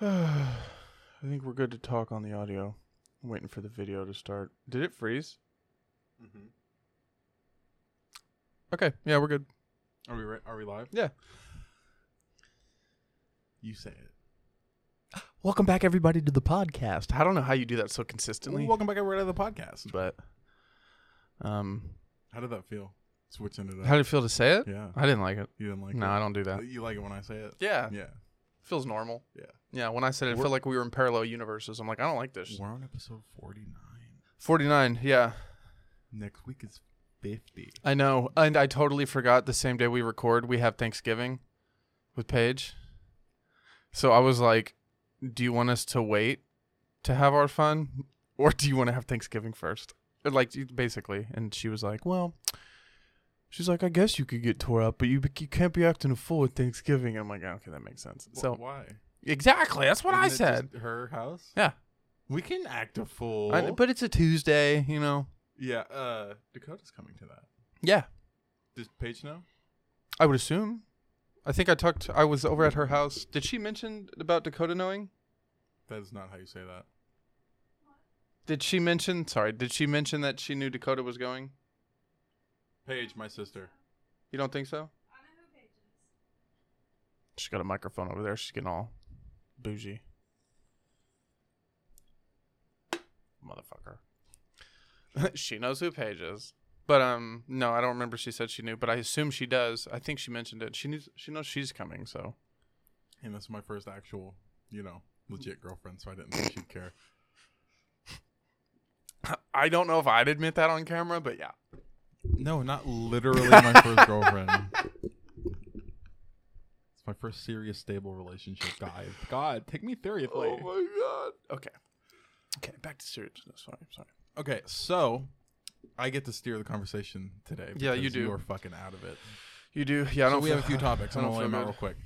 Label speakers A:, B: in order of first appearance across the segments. A: I think we're good to talk on the audio. I'm waiting for the video to start. Did it freeze?
B: Mm-hmm.
A: Okay, yeah, we're good.
B: Are we re- are we live?
A: Yeah.
B: You say it.
A: Welcome back, everybody, to the podcast. I don't know how you do that so consistently,
B: Welcome back everybody to the podcast.
A: but um,
B: How did that feel? Switching it up.
A: how did it feel to say it?
B: yeah.
A: I didn't like it.
B: You didn't like
A: No,
B: it.
A: I don't do that.
B: You like it when I say it?
A: Yeah,
B: Yeah.
A: feels normal.
B: Yeah.
A: Yeah, when I said it, it
B: We're-
A: felt like we were in parallel universes. I'm like, I don't like this.
B: We're on episode 49.
A: 49. Yeah,
B: Next week is 50.
A: I know, and I totally forgot. The same day we record, we have Thanksgiving with Paige. So I was like, "Do you want us to wait to have our fun, or do you want to have Thanksgiving first? Or, Like you- basically. And she was like, "Well." She's like, I guess you could get tore up, but you, you can't be acting a fool at Thanksgiving. And I'm like, okay, that makes sense.
B: Wh-
A: So
B: why?
A: exactly, that's what
B: Isn't
A: I
B: it just
A: said.
B: her house?
A: Yeah.
B: We can act a fool.
A: I- but it's a Tuesday, you know.
B: yeah, uh Dakota's coming to that.
A: Yeah,
B: Does Paige know?
A: I would assume. I think I talked. I was over at her house. Did she mention about Dakota knowing?
B: That is not how you say that.
A: Did she mention? Sorry, did she mention that she knew Dakota was going?
B: Paige, my sister.
A: You don't think so? She's got a microphone over there. She's getting all bougie. Motherfucker. she knows who Paige is. But um no, I don't remember she said she knew, but I assume she does. I think she mentioned it. She knows she knows she's coming, so
B: And this is my first actual, you know, legit girlfriend, so I didn't think she'd care.
A: I don't know if I'd admit that on camera, but yeah.
B: No, not literally my first girlfriend. It's my first serious, stable relationship, guys. God, take me seriously.
A: Oh my god. Okay. Okay, back to seriousness. Sorry, sorry.
B: okay, so I get to steer the conversation today.
A: Yeah, you
B: because
A: do.
B: You are fucking out of it.
A: You do yeah, I
B: So
A: don't
B: we
A: feel-
B: have a few topics.
A: I
B: I'm
A: don't
B: gonna lay
A: feel
B: 'em out
A: good.
B: real quick.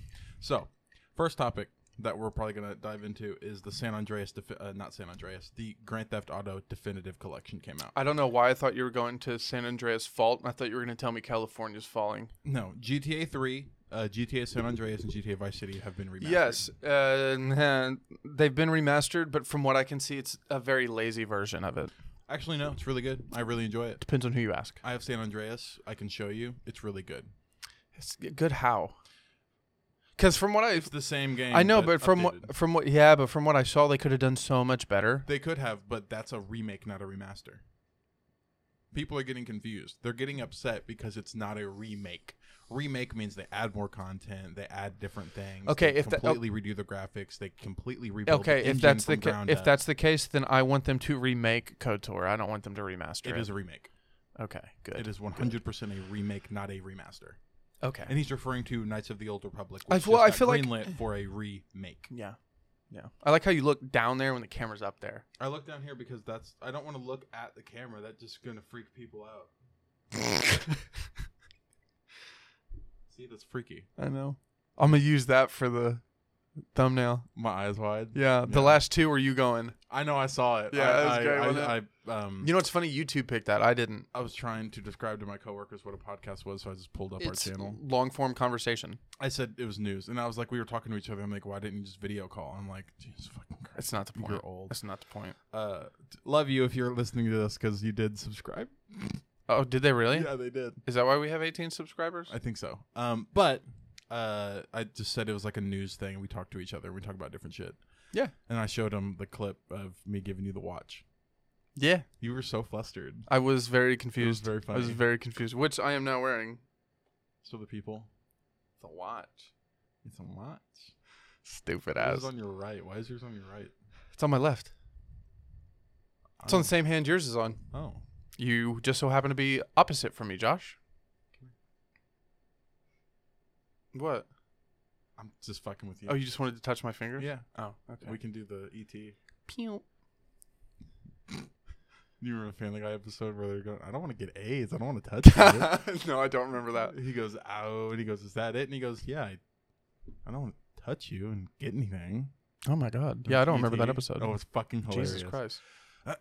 B: So, first topic that we're probably gonna dive into is the San Andreas, defi- uh, not San Andreas, the Grand Theft Auto Definitive Collection came out.
A: I don't know why I thought you were going to San Andreas Fault. and I thought you were going to tell me California's falling.
B: No, GTA 3, uh, GTA San Andreas, and GTA Vice City have been remastered.
A: Yes, uh, nah, they've been remastered, but from what I can see, it's a very lazy version of it.
B: Actually, no, it's really good. I really enjoy it.
A: Depends on who you ask.
B: I have San Andreas. I can show you. It's really good.
A: It's good how? Because from what I
B: It's the same game.
A: I know, but from
B: updated.
A: what from what yeah, but from what I saw, they could have done so much better.
B: they could have, but that's a remake, not a remaster. People are getting confused. They're getting upset because it's not a remake. Remake means they add more content, they add different things.
A: Okay,
B: they
A: if that- oh
B: completely redo the graphics, they completely rebuild.
A: Okay,
B: the
A: if
B: engine
A: that's the
B: from
A: ca-
B: ground
A: if
B: up.
A: that's the case, then I want them to remake KOTOR. I don't want them to remaster it.
B: it is a remake.
A: okay, good.
B: It is one hundred percent a remake, not a remaster.
A: okay.
B: And he's referring to Knights of the Old Republic,
A: I
B: which
A: feel-
B: just
A: I
B: got
A: feel like-
B: greenlit for a remake.
A: Yeah, yeah. I like how you look down there when the camera's up there.
B: I look down here because that's I don't want to look at the camera. That's just gonna freak people out. See, that's freaky.
A: I know. I'm gonna use that for the thumbnail.
B: My eyes wide.
A: Yeah, the
B: Yeah.
A: last two were you going.
B: I know I saw it.
A: Yeah,
B: I,
A: that was
B: I,
A: great,
B: I,
A: wasn't
B: I, um,
A: You know, it's funny. You two picked that. I didn't.
B: I was trying to describe to my coworkers what a podcast was, so I just pulled up
A: It's
B: our channel.
A: long form conversation.
B: I said it was news, and I was like, we were talking to each other. I'm like, why didn't you just video call? I'm like, Jesus fucking Christ.
A: That's not the point.
B: You're old.
A: That's not the point.
B: Uh, t- love you if you're listening to this because you did subscribe.
A: Oh, did they really?
B: Yeah, they did.
A: Is that why we have 18 subscribers?
B: I think so. Um, but uh, I just said it was like a news thing. We talked to each other. We talk about different shit.
A: Yeah.
B: And I showed him the clip of me giving you the watch.
A: yeah,
B: You were so flustered.
A: I was very
B: It was
A: confused.
B: very
A: I was
B: funny.
A: very confused. Which I am now wearing.
B: So the people,
A: The watch.
B: it's a watch.
A: Stupid
B: Yours
A: ass.
B: is on your right. Why is yours on your right?
A: it's on my left. It's on the same hand yours is on.
B: Oh,
A: You just so happen to be opposite from me, Josh. What?
B: I'm just fucking with you.
A: Oh, you just wanted to touch my fingers?
B: yeah.
A: Oh, okay.
B: We can do the E ET.
A: Pew.
B: You remember the Family Guy episode where they're going, I don't want to get AIDS. I don't want to touch you.
A: no, I don't remember that.
B: He goes, out. and he goes, is that it? And he goes, yeah, I, I don't want to touch you and get anything.
A: Oh my god. E Yeah, I don't remember that
B: ET.
A: episode.
B: Oh, it's fucking hilarious.
A: Jesus Christ.
B: Christ.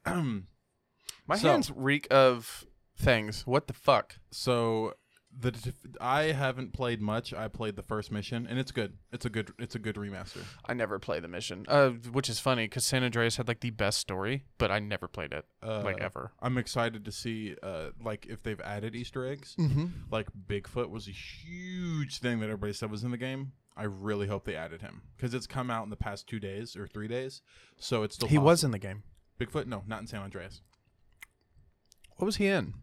A: My
B: So-
A: hands reek of things. What the fuck?
B: so the dif- I haven't played much. I played the first mission, and it's good. It's a good. It's a good remaster.
A: I never play the mission, uh, which is funny because San Andreas had like the best story, but I never played it
B: Uh,
A: like ever.
B: I'm excited to see uh, like if they've added Easter eggs.
A: Mm-hmm.
B: Like Bigfoot was a huge thing that everybody said was in the game. I really hope they added him because it's come out in the past two days or three days, so it's still
A: He
B: possible.
A: was in the game.
B: Bigfoot. No, not in San Andreas.
A: What was he in?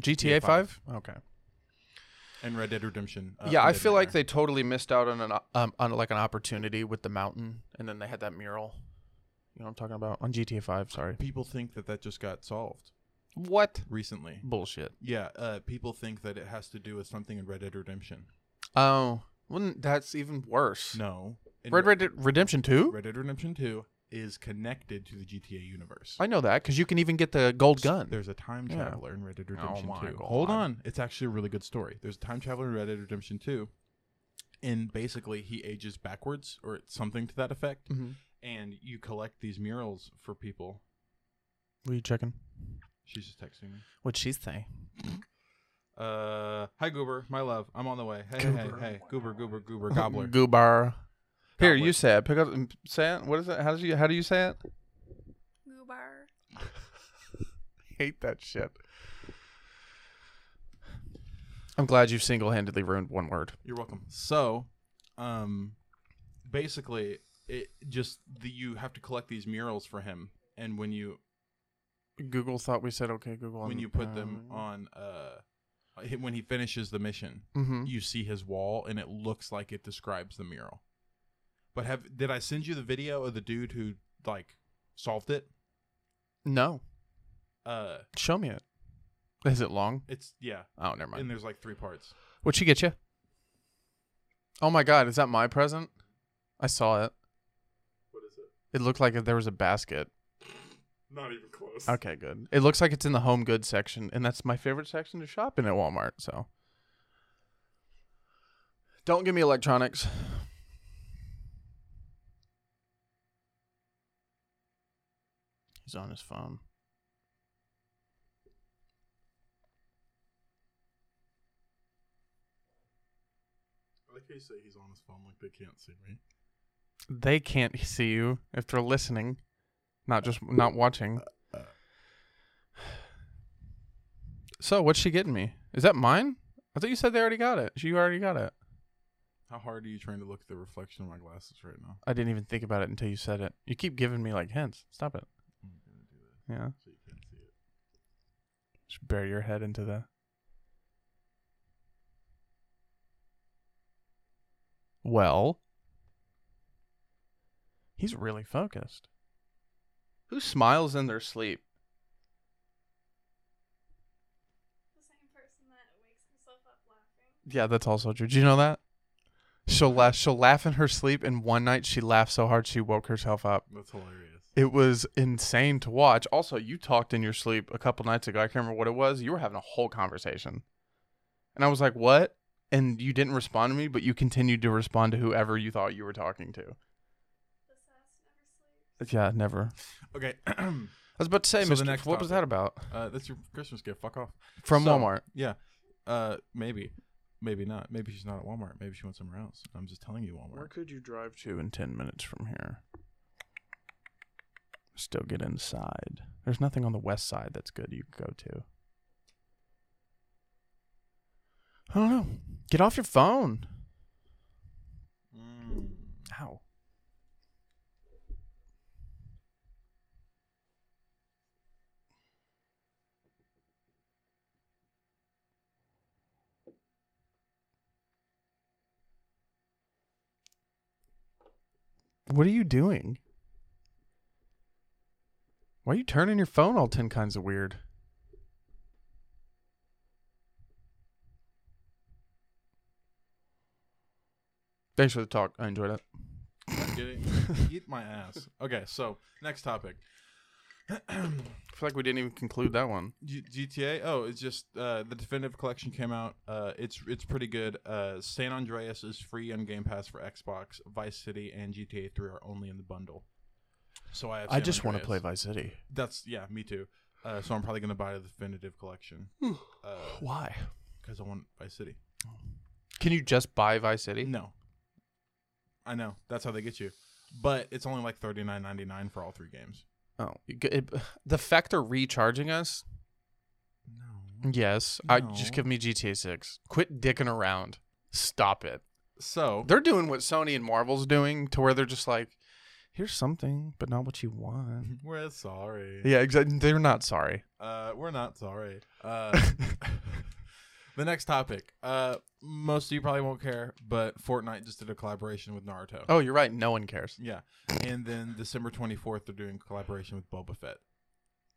A: GTA
B: GTA
A: Five. Okay.
B: And Red Dead Redemption. uh,
A: yeah, I
B: Dead
A: feel like
B: Redemption.
A: they totally missed out on an o- um, on like an opportunity with the mountain, and then they had that mural. You know what I'm talking about on GTA Five. Sorry.
B: people think that that just got solved
A: What
B: recently.
A: bullshit?
B: Yeah, uh, people think that it has to do with something in Red Dead Redemption.
A: Oh, well, that's even worse.
B: No, In
A: Red Red Dead Redemption Two.
B: Red Dead Redemption Two is connected to the GTA universe.
A: I know that because you can even get the gold gun.
B: There's a time
A: Yeah.
B: traveler in Red Dead Redemption
A: Oh my
B: 2.
A: God.
B: Hold on. It's actually a really good story. There's a time traveler in Red Dead Redemption 2. And basically, he ages backwards or it's something to that effect.
A: Mhm.
B: And you collect these murals for people.
A: What are you checking?
B: She's just texting me.
A: What'd she say?
B: Uh, hi, Goober. My love. I'm on the way. Hey, hey, hey, hey. Goober, Goober, Goober, Gobbler.
A: Goobar. Here,
B: Gobbler.
A: you say it. Pick up and say it. What is it? How do you how do you say it?
C: Goobar.
A: Hate that shit. I'm glad you've single handedly ruined one word.
B: You're welcome. So, um, basically, it just the, you have to collect these murals for him. And when you
A: Google thought we said okay, Google. um,
B: when you put them on uh hi- when he finishes the mission
A: Mm-hmm.
B: you see his wall and it looks like it describes the mural but have did i send you the video of the dude who like solved it
A: No,
B: uh
A: show me it. Is it long?
B: it's yeah
A: Oh, never
B: and
A: mind.
B: there's like three parts
A: What'd she get you? Oh my God, is that my present? I saw it.
B: what is it
A: It looked like there was a basket.
B: not even close
A: Okay, good. It looks like it's in the home goods section, and that's my favorite section to shop in at Walmart. So, don't give me electronics. He's on his phone.
B: i like how you say he's on his phone like they can't see me
A: They can't see you if they're listening, not just not watching. So, what's she getting me? Is that mine? I thought you said they already got it. You already got it.
B: how hard are you trying to look at the reflection of my glasses right now
A: I didn't even think about it until you said it. You keep giving me like hints. Stop it.
B: i'm gonna do that
A: Yeah.
B: so you can't see it
A: Just bury your head into the. Well. He's really focused. Who smiles in their sleep?
C: The same person that wakes himself up laughing.
A: Yeah, that's also true. Do you know that? She'll laugh. She'll laugh in her sleep, and one night she laughed so hard she woke herself up.
B: that's hilarious
A: It was insane to watch. Also, you talked in your sleep a couple nights ago. I can't remember what it was. You were having a whole conversation. And I was like, what? And you didn't respond to me, but you continued to respond to whoever you thought you were talking to.
C: The sass never sleeps.
A: Yeah, never.
B: okay
A: I was about to say,
B: So the
A: Mr.
B: next
A: what was
B: topic.
A: that about?
B: uh that's your christmas gift fuck off
A: From
B: So-
A: Walmart.
B: Yeah. Uh, maybe. Maybe not. Maybe she's not at Walmart. Maybe she went somewhere else. I'm just telling you Walmart.
A: could you drive to in 10 minutes from here? Still get inside. There's nothing on the west side that's good you could go to. I don't know. Get off your phone.
B: Mm.
A: Ow. What are you doing? Why are you turning your phone all 10 kinds of weird? Thanks for the talk. I enjoyed it.
B: Not kidding. Eat my ass. Okay, so next topic.
A: I feel like we didn't even conclude that one.
B: G- GTA. Oh, it's just uh, the definitive collection came out. Uh, it's it's pretty good. Uh, San Andreas is free on Game Pass for Xbox. Vice City and GTA Three are only in the bundle. So I have
A: I
B: San
A: just want to
B: Andreas.
A: play Vice City.
B: That's yeah, me too. Uh, so I'm probably gonna buy the definitive collection. Uh,
A: Why?
B: because I want Vice City.
A: Can you just buy Vice City?
B: No. I know. That's how they get you. But it's only like thirty nine ninety nine for all three games.
A: Oh, you g- it, the fact they're recharging us.
B: No.
A: Yes, I just
B: No.
A: give me GTA Six. Quit dicking around. Stop it.
B: So
A: They're doing what Sony and Marvel's doing, to where they're just like, here's something, but not what you want.
B: we're sorry.
A: yeah, exactly. They're not sorry.
B: Uh, we're not sorry. Uh, the next topic. Uh, most of you probably won't care, but Fortnite just did a collaboration with Naruto.
A: Oh, you're right. No one cares.
B: Yeah, and then December twenty fourth, they're doing collaboration with Boba Fett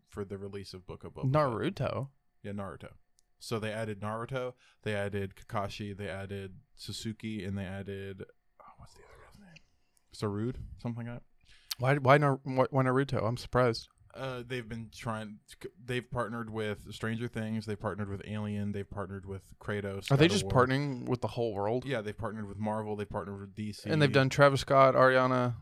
B: for the release of Book of Boba. Fett.
A: Naruto.
B: Yeah, Naruto. So they added Naruto, they added Kakashi, they added Suzuki, and they added oh, what's the other guy's name? Sarud, something like that.
A: Why? Why, Nar- why why Naruto? I'm surprised.
B: Uh, they've been trying. They've partnered with Stranger Things. They've partnered with Alien. They've partnered with Kratos.
A: Are they
B: God of
A: just
B: War.
A: partnering with the whole world?
B: Yeah, they've partnered with Marvel. They've partnered with DC.
A: And they've done Travis Scott, Ariana.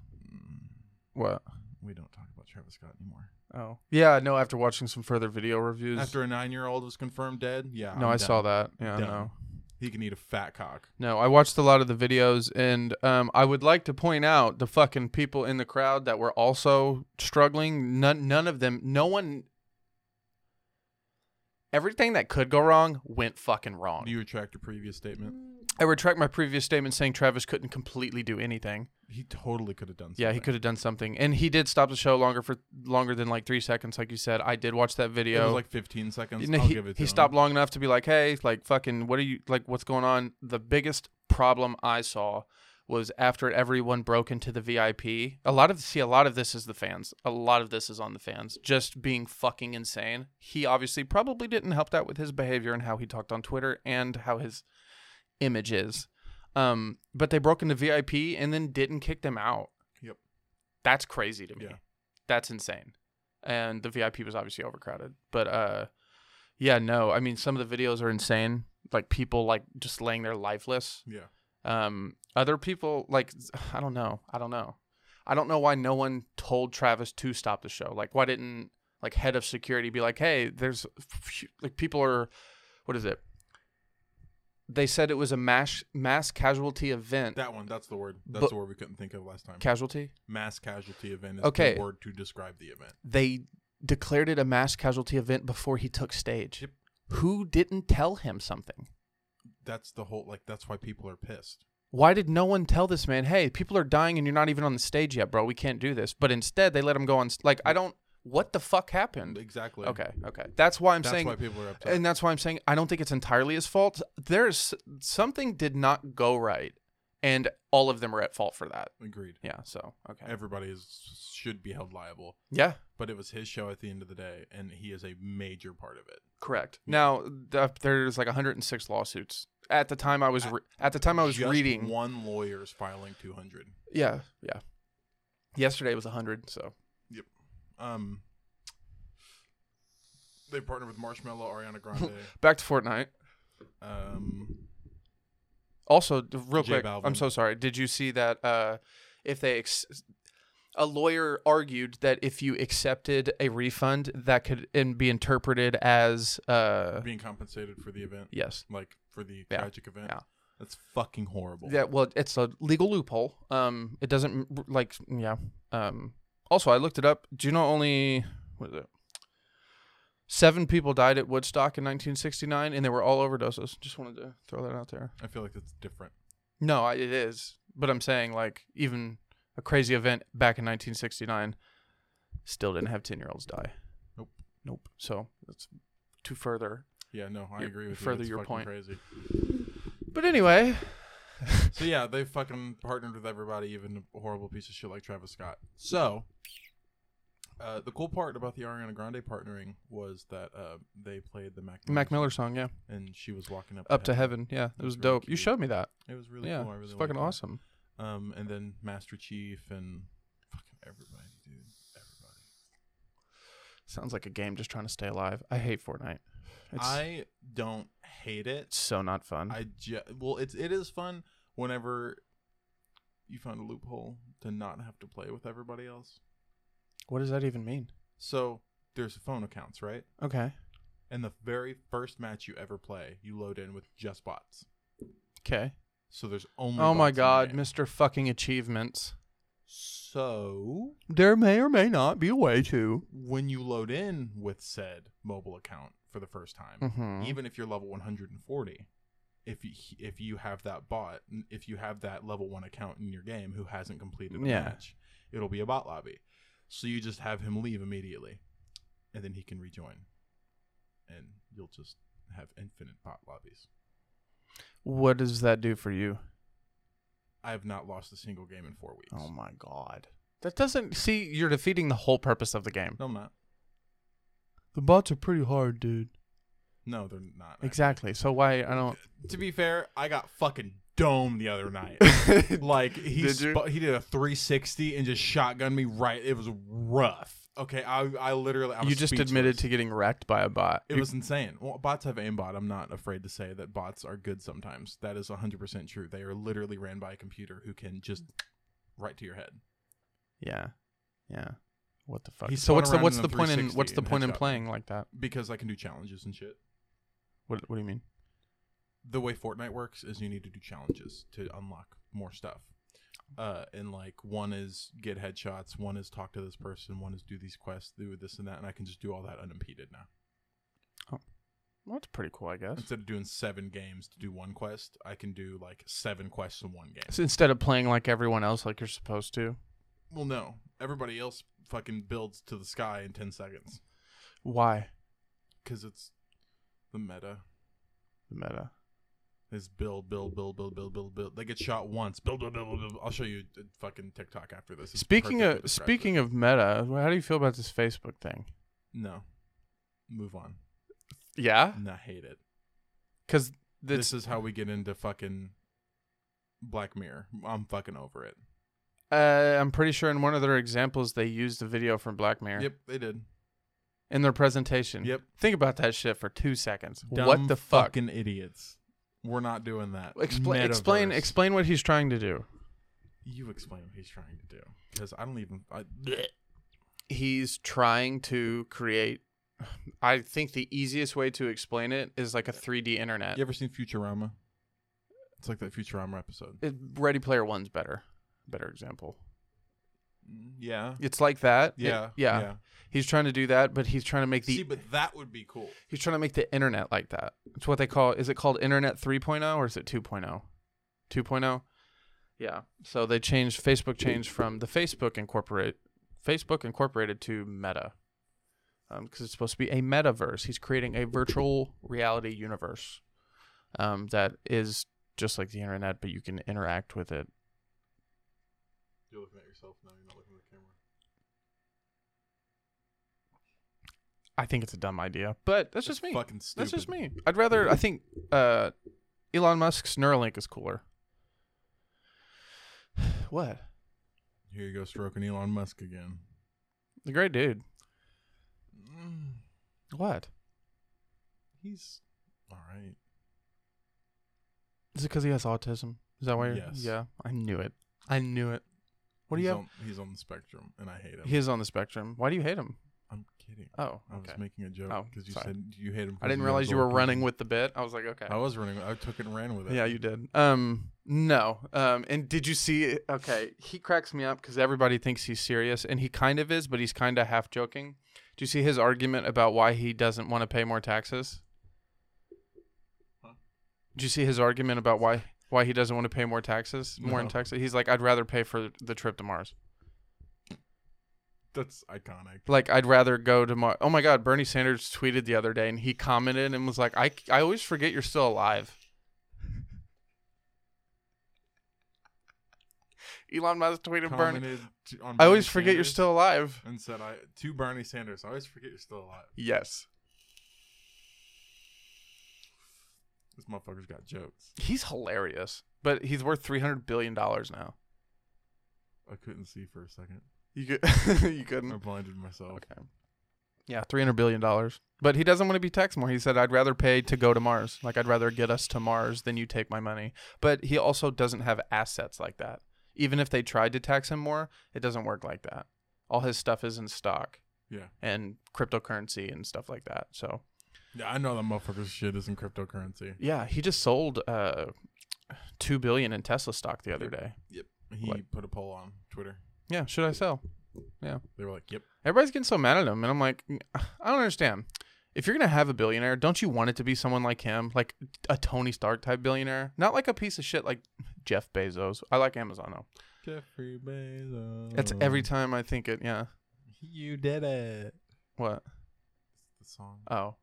A: What?
B: We don't talk about Travis Scott anymore.
A: Oh, yeah. No, after watching some further video reviews.
B: After a nine-year-old was confirmed dead. Yeah.
A: no,
B: i
A: I saw that. Yeah,
B: Done.
A: no.
B: He can eat a fat cock.
A: No, I watched a lot of the videos, and um, I would like to point out the fucking people in the crowd that were also struggling. None, none of them, no one. Everything that could go wrong went fucking wrong.
B: Do you retract your previous statement?
A: I retract my previous statement saying Travis couldn't completely do anything.
B: He totally could have done. Something.
A: Yeah, he could have done something, and he did stop the show longer for longer than like three seconds, like you said. I did watch that
B: It
A: video.
B: was like 15 seconds.
A: No,
B: I'll
A: he,
B: give it to
A: he
B: him.
A: stopped long enough to be like, hey, like, fucking, what are you, like, what's going on? The biggest problem I saw was after everyone broke into the VIP. A lot of, see, a lot of this is the fans. A lot of this is on the fans just being fucking insane. He obviously probably didn't help that with his behavior and how he talked on Twitter and how his image is. Um, but they broke into VIP and then didn't kick them out.
B: Yep.
A: That's crazy to me.
B: Yeah.
A: That's insane. And the VIP was obviously overcrowded, but, uh, yeah, no. I mean, some of the videos are insane. Like people like just laying there lifeless.
B: Yeah.
A: Um, other people like I don't know. I don't know. I don't know why no one told Travis to stop the show. Like, why didn't like head of security be like, hey, there's f- like people are, what is it? They said it was a mass mass casualty event.
B: That one. That's the word. That's
A: But-
B: the word we couldn't think of last time.
A: casualty.
B: Mass casualty event is
A: Okay.
B: the word to describe the event.
A: They declared it a mass casualty event before he took stage.
B: Yep.
A: Who didn't tell him something?
B: That's the whole. Like that's why people are pissed.
A: why did no one tell this man, hey, people are dying and you're not even on the stage yet, bro? We can't do this. But instead, they let him go on. s- Like, I don't. What the fuck happened?
B: Exactly.
A: Okay, okay. That's why I'm
B: That's
A: saying.
B: why people are upset.
A: and that's why I'm saying I don't think it's entirely his fault. There's something did not go right, and all of them are at fault for that.
B: Agreed.
A: Yeah. So okay.
B: Everybody is should be held liable,
A: yeah.
B: but it was his show at the end of the day, and he is a major part of it.
A: Correct. Now th- there's like 106 lawsuits. At the time I was re- at the time I was
B: Just
A: reading.
B: one lawyer's filing two hundred.
A: Yeah. Yeah. Yesterday was 100. So
B: Um, they partnered with Marshmello, Ariana Grande,
A: back to Fortnite.
B: um,
A: Also, d- real
B: J
A: quick, I'm
B: Balvin.
A: so sorry. Did you see that? Uh, if they ex- a lawyer argued that if you accepted a refund, that could and be interpreted as uh,
B: being compensated for the event,
A: yes,
B: like for the
A: Yeah.
B: tragic event.
A: Yeah.
B: That's fucking horrible.
A: yeah. Well, it's a legal loophole. Um, it doesn't m- like yeah. Um, also, I looked it up. Do you know only what is it? Seven people died at Woodstock in 1969, and they were all overdoses. Just wanted to throw that out there.
B: I feel like that's different.
A: No, I- it is. But I'm saying, like, even a crazy event back in 1969 still didn't have 10 year olds die.
B: Nope.
A: Nope. So that's too further.
B: Yeah, no, I
A: Your-
B: agree with you.
A: further
B: It's
A: your
B: fucking
A: point.
B: Crazy.
A: But anyway,
B: So yeah, they fucking partnered with everybody, even a horrible piece of shit like Travis Scott. So, uh, the cool part about the Ariana Grande partnering was that uh, they played the Mac
A: Mac Miller song, yeah.
B: song, and she was walking up
A: Up to Heaven. Yeah. It was
B: really
A: dope. You
B: cute.
A: showed me that.
B: It was really
A: yeah.
B: cool. I really
A: it's
B: liked
A: fucking
B: it.
A: awesome.
B: Um, and then Master Chief and fucking everybody, dude, everybody.
A: Sounds like a game just trying to stay alive. I hate Fortnite. It's,
B: I don't hate
A: it's
B: it.
A: so not fun.
B: I ju- well, it's it is fun whenever you find a loophole to not have to play with everybody else.
A: what does that even mean?
B: So there's phone accounts, right?
A: Okay.
B: and the very first match you ever play, you load in with just bots.
A: Okay.
B: So there's only.
A: Oh my
B: bots in the
A: God,
B: game.
A: Mr. Fucking Achievements.
B: So
A: There may or may not be a way to.
B: when you load in with said mobile account for the first time,
A: Mhm.
B: even if you're level 140, if you, if you have that bot, if you have that level one account in your game who hasn't completed the
A: Yeah.
B: match, it'll be a bot lobby. So you just have him leave immediately, and then he can rejoin, and you'll just have infinite bot lobbies.
A: What does that do for you?
B: I have not lost a single game in four weeks.
A: Oh my God. That doesn't. See, you're defeating the whole purpose of the game.
B: No, I'm not.
A: The bots are pretty hard, dude.
B: No, they're not.
A: Exactly. So why I don't.
B: To be fair, I got fucking domed the other night. like he
A: Did you?
B: sp- he did a 360 and just shotgunned me right. It was rough. Okay, I I literally I was
A: you just admitted to
B: speechless.
A: getting wrecked by a bot.
B: It was insane. Well, bots have aimbot. I'm not afraid to say that bots are good sometimes. That is 100% true. They are literally ran by a computer who can just right to your head.
A: Yeah, yeah. What the fuck?
B: He
A: so
B: spun
A: what's the
B: around
A: what's
B: in
A: the
B: a
A: point in
B: 360
A: what's the
B: and
A: point in
B: headshot.
A: playing like that?
B: Because I can do challenges and shit.
A: What what do you mean?
B: the way Fortnite works is you need to do challenges to unlock more stuff. Uh, and like one is get headshots, one is talk to this person, one is do these quests, do this and that, and I can just do all that unimpeded now.
A: Well, that's pretty cool, I guess.
B: Instead of doing seven games to do one quest, I can do like seven quests in one game.
A: So instead of playing like everyone else, like you're supposed to,
B: Well, no, everybody else fucking builds to the sky in ten seconds
A: why
B: because it's the meta.
A: the meta?
B: Is build, build, build, build, build, build, build. They get shot once. Build, build, build, build, build. I'll show you a fucking TikTok after this. It
A: Speaking
B: perfectly
A: of
B: describes it.
A: speaking of meta, how do you feel about this Facebook thing?
B: no, move on.
A: Yeah,
B: And I hate it.
A: because
B: This
A: this
B: is how we get into fucking Black Mirror. I'm fucking over it.
A: uh, I'm pretty sure in one of their examples they used a video from Black Mirror
B: Yep, they did.
A: in their presentation.
B: Yep.
A: Think about that shit for two seconds.
B: Dumb
A: what the fuck?
B: Fucking idiots. We're not doing that.
A: Explain explain
B: Metaverse.
A: explain what he's trying to do.
B: You explain what he's trying to do because I don't even. I,
A: he's trying to create I think the easiest way to explain it is like a 3D internet.
B: you ever seen Futurama? It's like that Futurama episode.
A: It- Ready Player One's better. Better example.
B: Yeah.
A: It's like that. It-
B: Yeah.
A: yeah. He's trying to do that, but he's trying to make the
B: See, but that would be cool.
A: he's trying to make the internet like that. It's what they call is it called internet 3.0 or is it oh? 2.0? 2.0? Yeah. oh? So they changed Facebook changed from the Facebook incorporate Facebook incorporated to Meta. Um, cuz it's supposed to be a metaverse. He's creating a virtual reality universe. Um, that is just like the internet but you can interact with it.
B: You're looking at yourself now. You're not looking at the camera.
A: I think it's a dumb idea, but that's just me.
B: Fucking stupid.
A: That's just me. I'd rather. I think uh, Elon Musk's Neuralink is cooler. what?
B: Here you go, stroking Elon Musk again.
A: The great dude.
B: Mm.
A: What?
B: He's all right.
A: Is it because he has autism? Is that why? You're,
B: Yes.
A: Yeah, I knew it. I knew it. What do
B: he's
A: you have?
B: On, he's on the spectrum, and I hate him.
A: He is on the spectrum. Why do you hate him?
B: I'm kidding.
A: Oh,
B: I was
A: okay.
B: making a joke
A: Oh,
B: because you
A: sorry.
B: said you hate him.
A: I
B: 'cause
A: didn't
B: he's
A: realize you were
B: adorable.
A: running with the bit. I was like, okay.
B: I was running. with- I took it and ran with it.
A: Yeah, you did. Um, no. Um, and did you see? Okay, he cracks me up because everybody thinks he's serious, and he kind of is, but he's kind of half joking. Do you see his argument about why he doesn't want to pay more taxes?
B: Huh?
A: Do you see his argument about why why he doesn't want to pay more taxes, more in
B: No.
A: taxes? He's like, I'd rather pay for the trip to Mars.
B: That's iconic.
A: Like, I'd rather go to Mars. Oh my God, Bernie Sanders tweeted the other day, and he commented and was like, I I always forget you're still alive. Elon Musk tweeted Bernie.
B: Commented t- on
A: I
B: Bernie
A: always forget you're
B: Sanders Uh,
A: still alive.
B: And said I to Bernie Sanders. I always forget you're still alive.
A: Yes.
B: This motherfucker's got jokes.
A: He's hilarious, but he's worth $300 billion now.
B: I couldn't see for a second.
A: You, could, you
B: I
A: couldn't.
B: blinded myself.
A: Mm. Okay. Yeah, $300 billion. But he doesn't want to be taxed more. He said, I'd rather pay to go to Mars. Like, I'd rather get us to Mars than you take my money. But he also doesn't have assets like that. Even if they tried to tax him more, it doesn't work like that. All his stuff is in stock
B: Yeah.
A: and cryptocurrency and stuff like that. So
B: Yeah, I know that motherfucker's shit is in cryptocurrency.
A: Yeah, he just sold uh, two billion in Tesla stock the other day.
B: He
A: Like-
B: put a poll on Twitter.
A: Yeah, should I sell?
B: They were like, "Yep."
A: Everybody's getting so mad at him, and I'm like, I don't understand. If you're gonna have a billionaire, don't you want it to be someone like him, like a Tony Stark type billionaire, not like a piece of shit like Jeff Bezos? I like Amazon though.
B: Jeffrey Bezos.
A: That's every time I think it. Yeah.
B: You did it.
A: What?
B: The song.
A: Oh,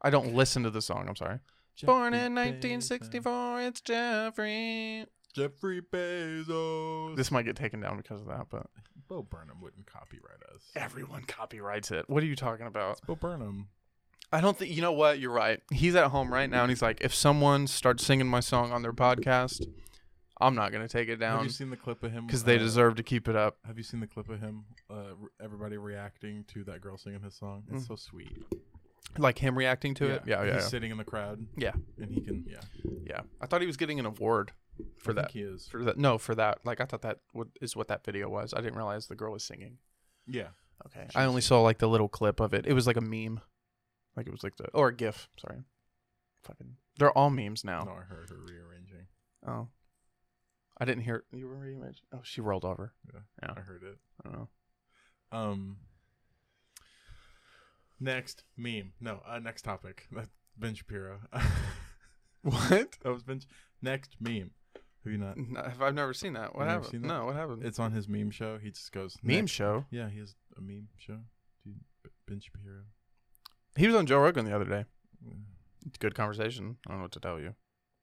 A: I don't listen to the song. I'm sorry. Born in
B: Jeffrey Bezos.
A: 1964, it's Jeffrey.
B: Jeffrey Bezos.
A: This might get taken down because of that, but
B: Bo Burnham wouldn't copyright us.
A: everyone copyrights it. What are you talking about?
B: Bo Burnham.
A: I don't think you know what you're right. He's at home right now, and he's like, if someone starts singing my song on their podcast, I'm not gonna take it
B: Have
A: down
B: you seen the clip of him?
A: because they
B: uh,
A: deserve to keep it up.
B: Have you seen the clip of him? Uh, re- everybody reacting to that girl singing his song. It's
A: Mm.
B: so sweet.
A: Like him reacting to it. Yeah, yeah,
B: He's
A: yeah.
B: sitting in the crowd.
A: Yeah.
B: and he can. Yeah,
A: yeah. I thought he was getting an award for
B: I
A: that.
B: think he is.
A: For that, no, for that. Like I thought that would, is what that video was. I didn't realize the girl was singing.
B: Yeah,
A: Okay. I only saw like the little clip of it. It was like a meme. Like it was like the or a gif, sorry. Fucking they're all memes now.
B: no, I heard her rearranging.
A: Oh. I didn't hear you were reimage. Oh, she rolled over.
B: I heard it.
A: I don't know.
B: Um. Next meme. No, uh, next topic. That's Ben Shapiro.
A: What?
B: that was Ben. Sh- next meme. Have you not?
A: I've never seen that. What
B: You've never
A: happened?
B: seen that?
A: No, what happened?
B: It's on his meme show. He just goes
A: meme
B: "Next."
A: show.
B: Yeah, he has a meme show. Dude, B- Ben Shapiro.
A: He was on Joe Rogan the other day. Good conversation. I don't know what to tell you.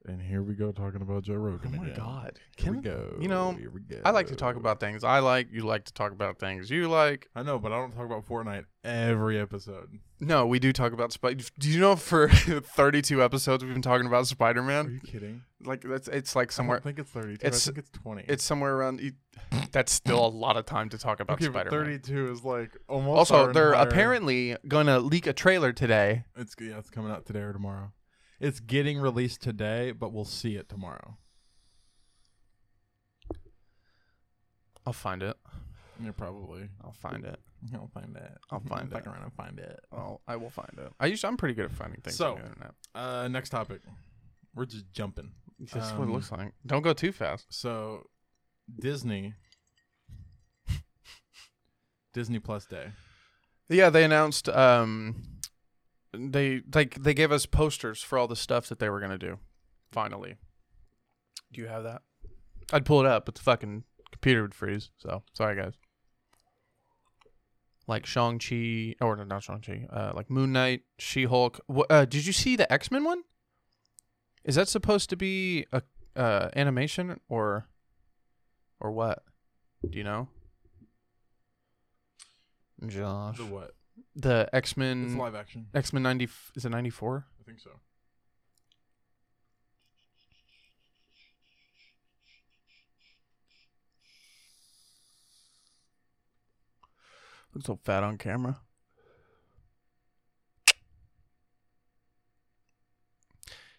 B: And here we go talking about Joe Rogan. again. Here we
A: Oh Can
B: go.
A: you know,
B: Here we go.
A: I like to talk about things I like. You like to talk about things you like.
B: I know, but I don't talk about Fortnite every episode.
A: No, we do talk about Spider. Do you know for 32 episodes we've been talking about Spider
B: Are
A: Man?
B: you kidding?
A: Like that's it's like
B: I
A: somewhere
B: don't think it's 32.
A: It's-
B: I think it's 20.
A: it's somewhere around. e- That's still a lot of time to talk about
B: okay, but
A: Spider Man.
B: 32 is like almost.
A: Also,
B: our
A: they're
B: entire-
A: apparently gonna leak a trailer today.
B: It's yeah, it's coming out today or tomorrow. It's getting released today, but we'll see it tomorrow.
A: I'll find it.
B: Yeah, probably.
A: I'll find it.
B: I'll find it.
A: I'll find
B: Fuck
A: it.
B: around and find it.
A: I'll, I will find it. I used I'm pretty good at finding things
B: So,
A: on the internet.
B: Uh, next topic. We're just jumping.
A: That's what
B: um,
A: it looks like. Don't go too fast.
B: So, Disney. Disney Plus Day.
A: Yeah, they announced um they like they gave us posters for all the stuff that they were gonna do. Finally. Do you have that? I'd pull it up, but the fucking computer would freeze, so sorry guys. Like Shang Chi, or no, not Shang Chi, uh, like Moon Knight, She Hulk. Uh, did you see the X Men one? Is that supposed to be a uh, animation or, or what? Do you know? Josh,
B: The what?
A: the X
B: It's
A: Men
B: live action.
A: X Men ninety f- is it ninety four?
B: I think so.
A: Looks so fat on camera.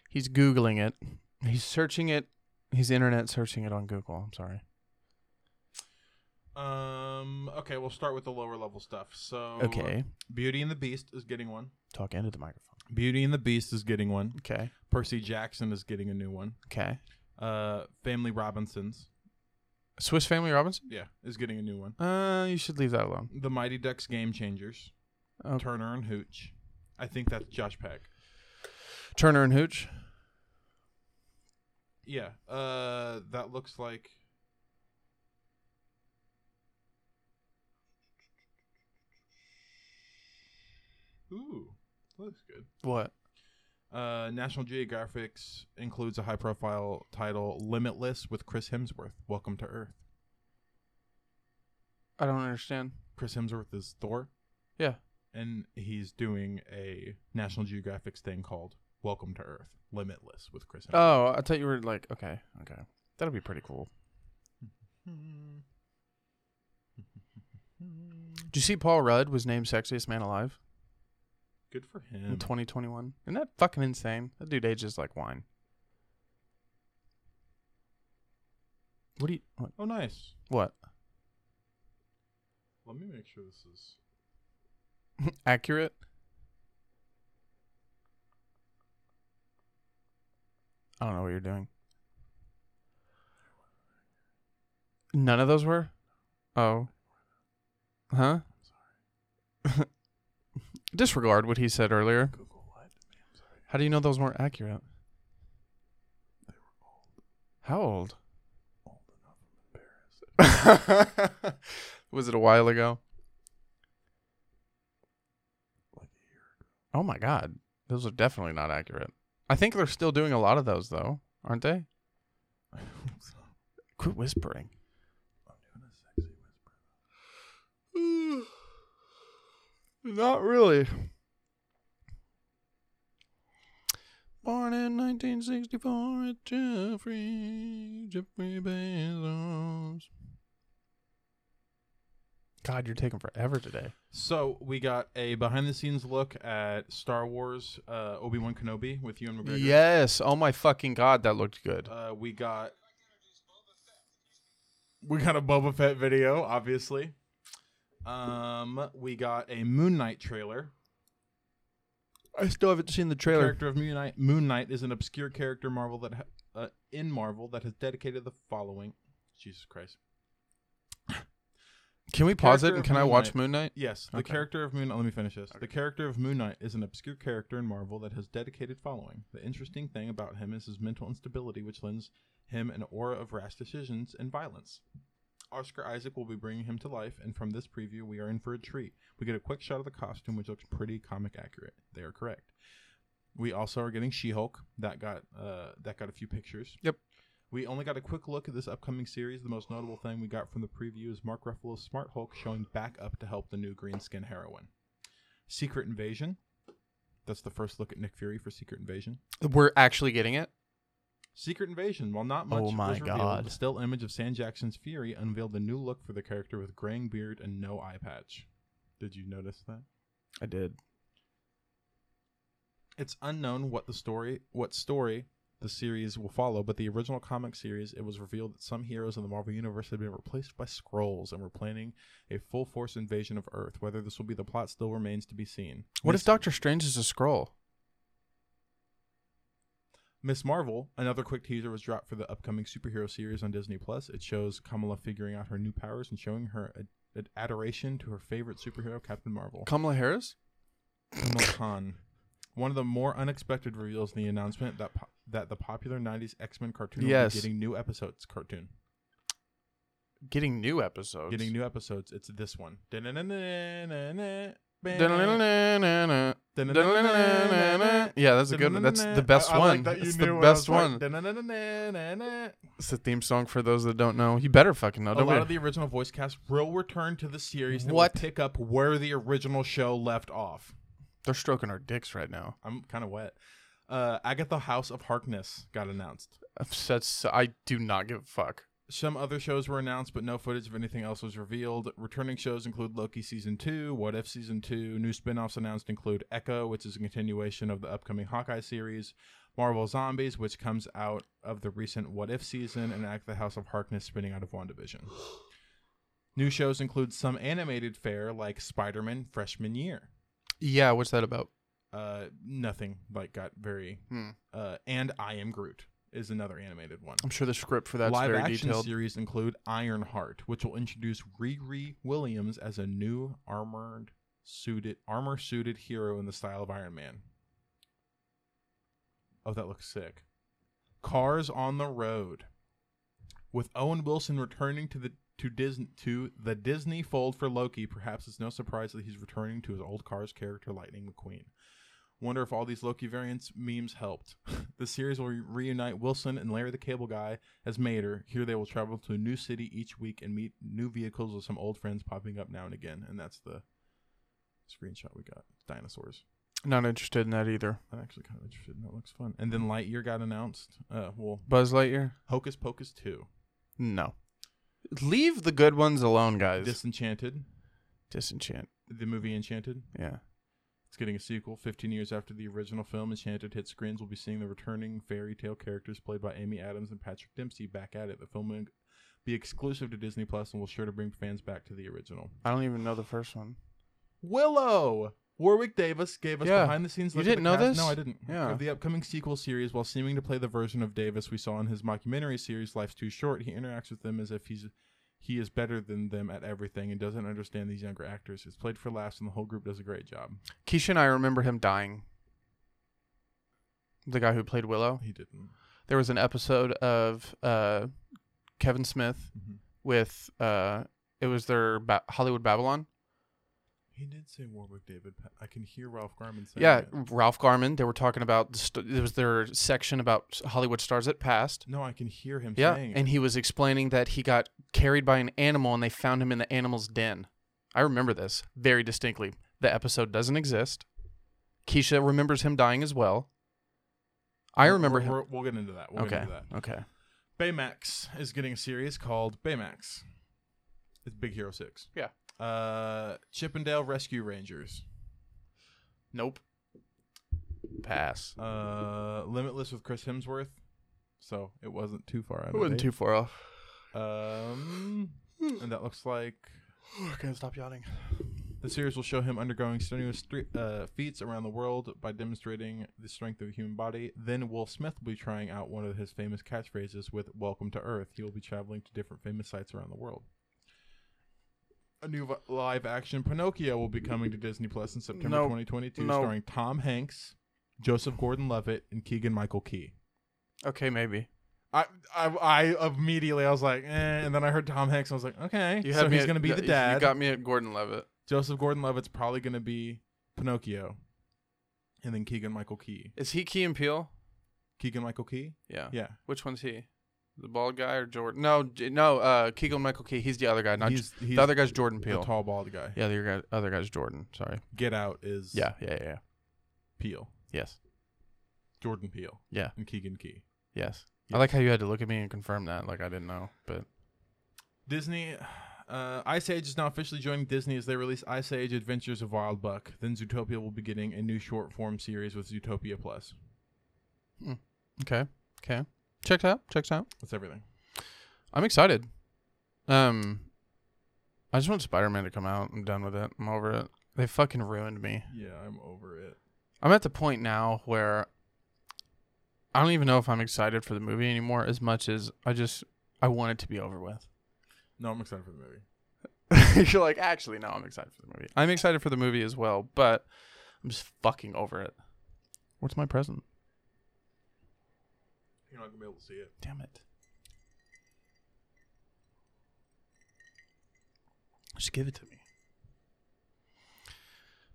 A: He's googling it. He's searching it. He's internet searching it on Google. I'm sorry.
B: Um. Okay, we'll start with the lower level stuff. So,
A: Okay,
B: Beauty and the Beast is getting one.
A: Oh, talk into the microphone.
B: Beauty and the Beast is getting one.
A: Okay,
B: Percy Jackson is getting a new one.
A: okay.
B: Uh, Family Robinsons.
A: Swiss Family Robinson.
B: Yeah, is getting a new one.
A: Uh, you should leave that alone.
B: The Mighty Ducks Game Changers.
A: Oh.
B: Turner and Hooch. I think that's Josh Peck.
A: Turner and Hooch.
B: Yeah. Uh, that looks like. Ooh, that looks good.
A: What?
B: Uh, National Geographic's includes a high-profile title, "Limitless," with Chris Hemsworth. Welcome to Earth.
A: I don't understand.
B: Chris Hemsworth is Thor.
A: Yeah.
B: And he's doing a National Geographic's thing called "Welcome to Earth," Limitless with Chris. Hemsworth.
A: Oh, I thought you were like okay, okay. That'd be pretty cool.
B: Hmm.
A: Did you see Paul Rudd was named sexiest man alive
B: Good for
A: in
B: him.
A: 2021? Isn't that fucking insane? That dude ages like wine. What do you what?
B: Oh, nice.
A: what?
B: Let me make sure this is.
A: Accurate? I don't know what you're doing. None of those were? Oh. Huh? Disregard what he said earlier.
B: Google what? I'm sorry.
A: How do you know those weren't accurate?
B: They were old,
A: How old?
B: old enough. I'm embarrassed.
A: Was it a while ago?
B: Like a year ago.
A: Oh my god. Those are definitely not accurate. I think they're still doing a lot of those though, aren't they?
B: I hope so.
A: Quit whispering.
B: I'm doing a sexy whisper.
A: Not really. Born in 1964 at Jeffrey, Jeffrey Bezos. God, you're taking forever today.
B: So we got a behind-the-scenes look at Star Wars uh, Obi-Wan Kenobi with Ewan McGregor.
A: Yes. Oh my fucking god, that looked good.
B: Uh, we got we got a Boba Fett video, obviously. Um, we got a Moon Knight trailer.
A: I still haven't seen the trailer.
B: Character of Moon Knight. Moon Knight is an obscure character Marvel that ha- uh, in Marvel that has dedicated the following. Jesus Christ.
A: Can we pause it
B: Character
A: and
B: of
A: can I
B: Moon
A: watch
B: Knight.
A: Moon Knight?
B: Yes, the
A: Okay.
B: character of Moon. Let me finish this. The character of Moon Knight is an obscure character in Marvel that has dedicated following. The interesting thing about him is his mental instability, which lends him an aura of rash decisions and violence. Oscar Isaac will be bringing him to life, and from this preview, we are in for a treat. We get a quick shot of the costume, which looks pretty comic accurate. They are correct. We also are getting She-Hulk. That got uh, that got a few pictures.
A: Yep.
B: We only got a quick look at this upcoming series. The most notable thing we got from the preview is Mark Ruffalo's Smart Hulk showing back up to help the new green skin heroine. Secret Invasion. That's the first look at Nick Fury for Secret Invasion.
A: We're actually getting it.
B: Secret Invasion. While not much
A: Oh my
B: was revealed,
A: God.
B: the still image of Sam Jackson's Fury unveiled a new look for the character with graying beard and no eye patch. Did you notice that?
A: I did.
B: It's unknown what the story what story the series will follow, but the original comic series it was revealed that some heroes in the Marvel universe had been replaced by scrolls and were planning a full force invasion of Earth. Whether this will be the plot still remains to be seen.
A: What
B: Miss-
A: if Doctor Strange is a scroll?
B: Miss Marvel, another quick teaser was dropped for the upcoming superhero series on Disney Plus. It shows Kamala figuring out her new powers and showing her ad- ad- adoration to her favorite superhero, Captain Marvel.
A: Kamala Harris?
B: Kamala Khan. One of the more unexpected reveals in the announcement that po- that the popular '90s X-Men cartoon
A: Yes.
B: will be getting new episodes. Cartoon
A: Getting new episodes.
B: getting new episodes. It's this one. That's
A: Da-na-na-na-na-na. Da-na-na-na-na-na. Yeah, that's a good one. That's the best one. It's the best one.
B: one.
A: It's the theme song for those that don't know. You better fucking know.
B: a
A: Don't
B: lot
A: we?
B: of the original voice cast will return to the series that
A: What?
B: will pick up where the original show left off.
A: They're stroking our dicks right now.
B: I'm kind of wet. Uh, Agatha House of Harkness got announced.
A: That's I do not give a fuck.
B: Some other shows were announced, but no footage of anything else was revealed. Returning shows include Loki Season 2, What If Season 2. New spin offs announced include Echo, which is a continuation of the upcoming Hawkeye series, Marvel Zombies, which comes out of the recent What If season, and Act the House of Harkness spinning out of WandaVision. New shows include some animated fare like Spider Man Freshman Year.
A: Yeah, what's that about?
B: Uh, nothing like got very.
A: Hmm.
B: Uh, and I Am Groot is another animated one.
A: I'm sure the script for that's
B: Live
A: very
B: action
A: detailed.
B: series include Ironheart, which will introduce Riri Williams as a new armored suited armor suited hero in the style of Iron Man. Oh, that looks sick. Cars on the Road. With Owen Wilson returning to the to Disney to the Disney fold for Loki, perhaps it's no surprise that he's returning to his old Cars character Lightning McQueen. Wonder if all these Loki variants memes helped. the series will re- reunite Wilson and Larry the Cable Guy as Mater. Here they will travel to a new city each week and meet new vehicles with some old friends popping up now and again. And that's the screenshot we got. Dinosaurs.
A: Not interested in that either.
B: I'm actually kind of interested. and That looks fun. And then Lightyear got announced. Uh, well,
A: Buzz Lightyear?
B: Hocus Pocus 2.
A: No. Leave the good ones alone, guys.
B: Disenchanted.
A: Disenchant.
B: The movie Enchanted.
A: Yeah.
B: It's getting a sequel. 15 years after the original film, Enchanted hit screens. We'll be seeing the returning fairy tale characters played by Amy Adams and Patrick Dempsey back at it. The film will be exclusive to Disney Plus and will sure to bring fans back to the original.
A: I don't even know the first one.
B: Willow Warwick Davis gave us
A: Yeah.
B: behind the scenes.
A: You
B: look at
A: didn't
B: the
A: know
B: cast-
A: this?
B: No, I didn't.
A: Yeah.
B: Of the upcoming sequel series, while seeming to play the version of Davis we saw in his mockumentary series "Life's Too Short," he interacts with them as if he's he is better than them at everything and doesn't understand these younger actors. It's played for laughs, and the whole group does a great job.
A: Keisha and I remember him dying. The guy who played Willow.
B: He didn't.
A: There was an episode of uh, Kevin Smith
B: Mhm.
A: with uh, it was their ba- Hollywood Babylon.
B: He did say Warwick David. Pa- I can hear Ralph Garman saying.
A: Yeah,
B: it.
A: Ralph Garman. They were talking about the st- it was their section about Hollywood stars that passed.
B: No, I can hear him
A: Yeah,
B: saying.
A: and
B: it.
A: he was explaining that he got carried by an animal and they found him in the animal's den. I remember this very distinctly. The episode doesn't exist. Keisha remembers him dying as well. I
B: We're-
A: remember
B: we're-
A: him.
B: we're- We'll get into that. We'll
A: okay.
B: get into that.
A: Okay.
B: Baymax is getting a series called Baymax. It's Big Hero Six.
A: Yeah.
B: Uh, Chippendale Rescue Rangers.
A: Nope. Pass.
B: Uh, Limitless with Chris Hemsworth. So it wasn't too far out.
A: It
B: of
A: wasn't too
B: date.
A: far off.
B: Um, and that looks like
A: Okay, Oh, stop yawning.
B: the series will show him undergoing strenuous stre- uh, feats around the world by demonstrating the strength of the human body. Then Will Smith will be trying out one of his famous catchphrases with "Welcome to Earth." He will be traveling to different famous sites around the world. A new vi- live-action Pinocchio will be coming to Disney Plus in September
A: Nope.
B: 2022,
A: Nope.
B: starring Tom Hanks, Joseph Gordon-Levitt, and Keegan-Michael Key.
A: Okay, maybe.
B: I, I, I immediately I was like, eh, and then I heard Tom Hanks. I was like, okay, so he's
A: at-
B: gonna be the
A: you
B: dad.
A: got me at Gordon Levitt.
B: Joseph Gordon-Levitt's probably gonna be Pinocchio, and then Keegan Michael Key.
A: Is he Key and Peele?
B: Keegan Michael Key, yeah,
A: Which one's he? The bald guy or Jordan? No, J- no. Uh, Keegan Michael Key. He's the other guy. Not
B: he's, he's
A: the other guy's Jordan
B: the
A: Peele.
B: tall bald guy.
A: yeah, the other guy, other guy's Jordan. Sorry.
B: Get Out is
A: Yeah, yeah, yeah, yeah.
B: Peele,
A: Yes,
B: Jordan Peele,
A: Yeah.
B: and Keegan Key.
A: yes.
B: Yes.
A: I like how you had to look at me and confirm that. Like I didn't know, but
B: Disney. Uh, Ice Age is now officially joining Disney as they release Ice Age Adventures of Wild Buck. Then Zootopia will be getting a new short form series with Zootopia Plus.
A: okay, okay. Checked out. Checked out.
B: That's everything.
A: I'm excited. Um, I just want Spider Man to come out. I'm done with it. I'm over it. They fucking ruined me.
B: Yeah, I'm over it.
A: I'm at the point now where I don't even know if I'm excited for the movie anymore as much as I just I want it to be over with.
B: No, I'm excited for the movie.
A: You're like, actually, no, I'm excited for the movie. I'm excited for the movie as well, but I'm just fucking over it. What's my present?
B: You're not gonna be able to see it.
A: Damn it. Just give it to me.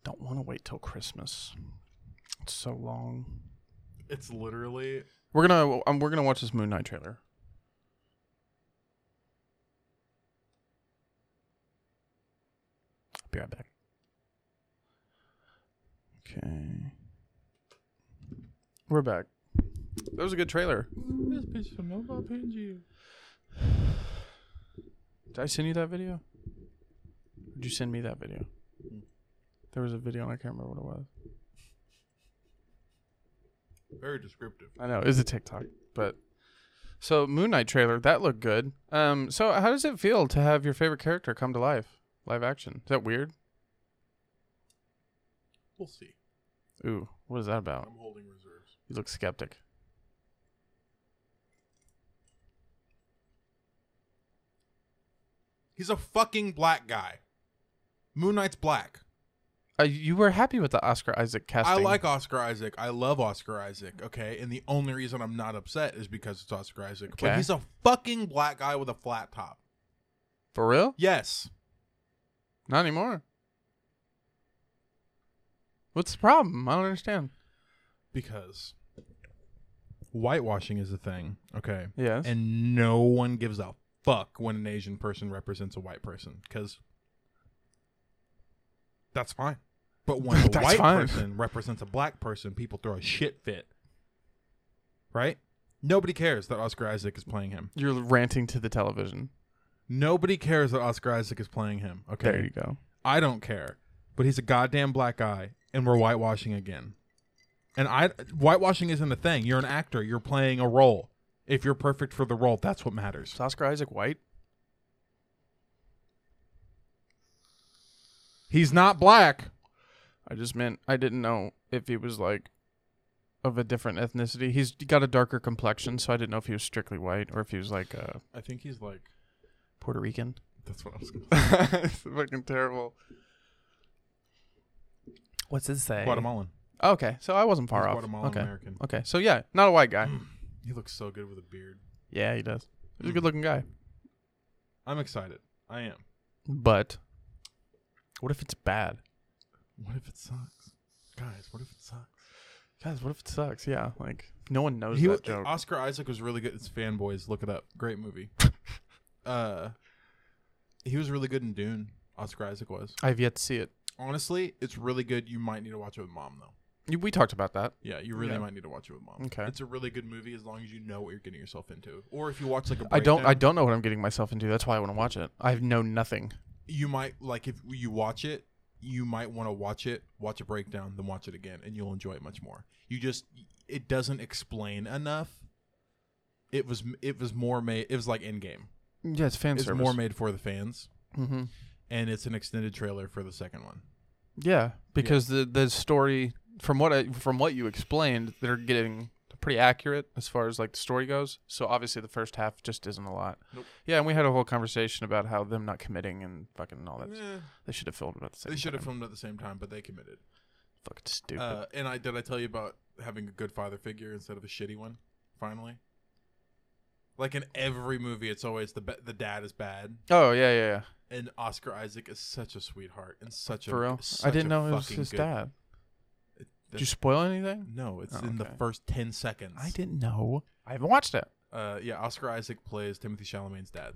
A: Don't want to wait till Christmas. It's so long.
B: It's literally
A: We're gonna um, we're gonna watch this Moon Knight trailer. Be right back. Okay. We're back. That was a good trailer.
B: this bitch from Mobile Pingy.
A: Did I send you that video? Or Did you send me that video? There was a video and I can't remember what it was.
B: Very descriptive.
A: I know it was a TikTok, but so Moon Knight trailer that looked good. Um, so how does it feel to have your favorite character come to life, live action? Is that weird?
B: We'll see.
A: Ooh, what is that about?
B: I'm holding reserves.
A: You look skeptic.
B: He's a fucking black guy. Moon Knight's black.
A: Uh, you were happy with the Oscar Isaac casting.
B: I like Oscar Isaac. I love Oscar Isaac. Okay, and the only reason I'm not upset is because it's Oscar Isaac. But
A: Okay.
B: he's a fucking black guy with a flat top.
A: for real.
B: Yes.
A: Not anymore. What's the problem? I don't understand.
B: Because whitewashing is a thing. Okay.
A: Yes.
B: and no one gives a fuck when an Asian person represents a white person because that's fine. But when a
A: That's
B: white
A: fine.
B: person represents a black person, people throw a shit fit. Right? Nobody cares that Oscar Isaac is playing him.
A: You're ranting to the television.
B: Nobody cares that Oscar Isaac is playing him. Okay.
A: There you go.
B: I don't care. But he's a goddamn black guy, and we're whitewashing again. And I whitewashing isn't a thing. You're an actor. You're playing a role. If you're perfect for the role, that's what matters.
A: Is Oscar Isaac white?
B: He's not black.
A: I just meant I didn't know if he was like of a different ethnicity. He's got a darker complexion, so I didn't know if he was strictly white or if he was like uh,
B: I think he's like.
A: Puerto Rican.
B: That's what I was going
A: it's fucking terrible. What's it say?
B: Guatemalan.
A: Okay, so I wasn't far
B: He's
A: off.
B: Guatemalan
A: okay.
B: American.
A: Okay, so yeah, not a white guy.
B: He looks so good with a beard.
A: Yeah, he does. He's a
B: Mm.
A: good looking guy.
B: I'm excited. I am.
A: But what if it's bad?
B: What if it sucks, guys? What if it sucks?
A: Guys, what if it sucks? Yeah, like no one knows
B: He
A: that
B: w-
A: joke.
B: Oscar Isaac was really good. It's fanboys. Look it up. Great movie. uh, he was really good in Dune. Oscar Isaac was.
A: I've yet to see it.
B: Honestly, it's really good. You might need to watch it with mom though.
A: You- We talked about that.
B: Yeah, you really
A: Yeah.
B: might need to watch it with mom.
A: Okay.
B: It's a really good movie as long as you know what you're getting yourself into. Or if you watch like a
A: I don't. I
B: breakdown,
A: don't know what I'm getting myself into. That's why I want to watch it. I know nothing.
B: You might like if you watch it. You might want to watch it, watch a breakdown, then watch it again, and you'll enjoy it much more. You just it doesn't explain enough. It was it was more made. It was like in game.
A: Yeah, it's fan
B: It's
A: service.
B: more made for the fans,
A: mm-hmm.
B: and it's an extended trailer for the second one.
A: Yeah, because the the story from what I, from what you explained, they're getting pretty accurate as far as like the story goes. So obviously the first half just isn't a lot.
B: Nope.
A: Yeah, and we had a whole conversation about how them not committing and fucking all that.
B: Eh,
A: They should have filmed about the same.
B: they should have
A: time.
B: filmed at the same time, but they committed.
A: Fucking stupid.
B: Uh, and I did I tell you about having a good father figure instead of a shitty one? Finally, like in every movie, it's always the ba- the dad is bad,
A: oh yeah, yeah, yeah.
B: and Oscar Isaac is such a sweetheart and such a
A: For real,
B: such
A: I didn't
B: a
A: know it was
B: fucking
A: his
B: good-
A: dad. Did
B: That's-
A: you spoil anything?
B: No, it's
A: Oh,
B: in the
A: okay.
B: first ten seconds.
A: I didn't know. I haven't watched it.
B: Uh, yeah, Oscar Isaac plays Timothy Chalamet's dad.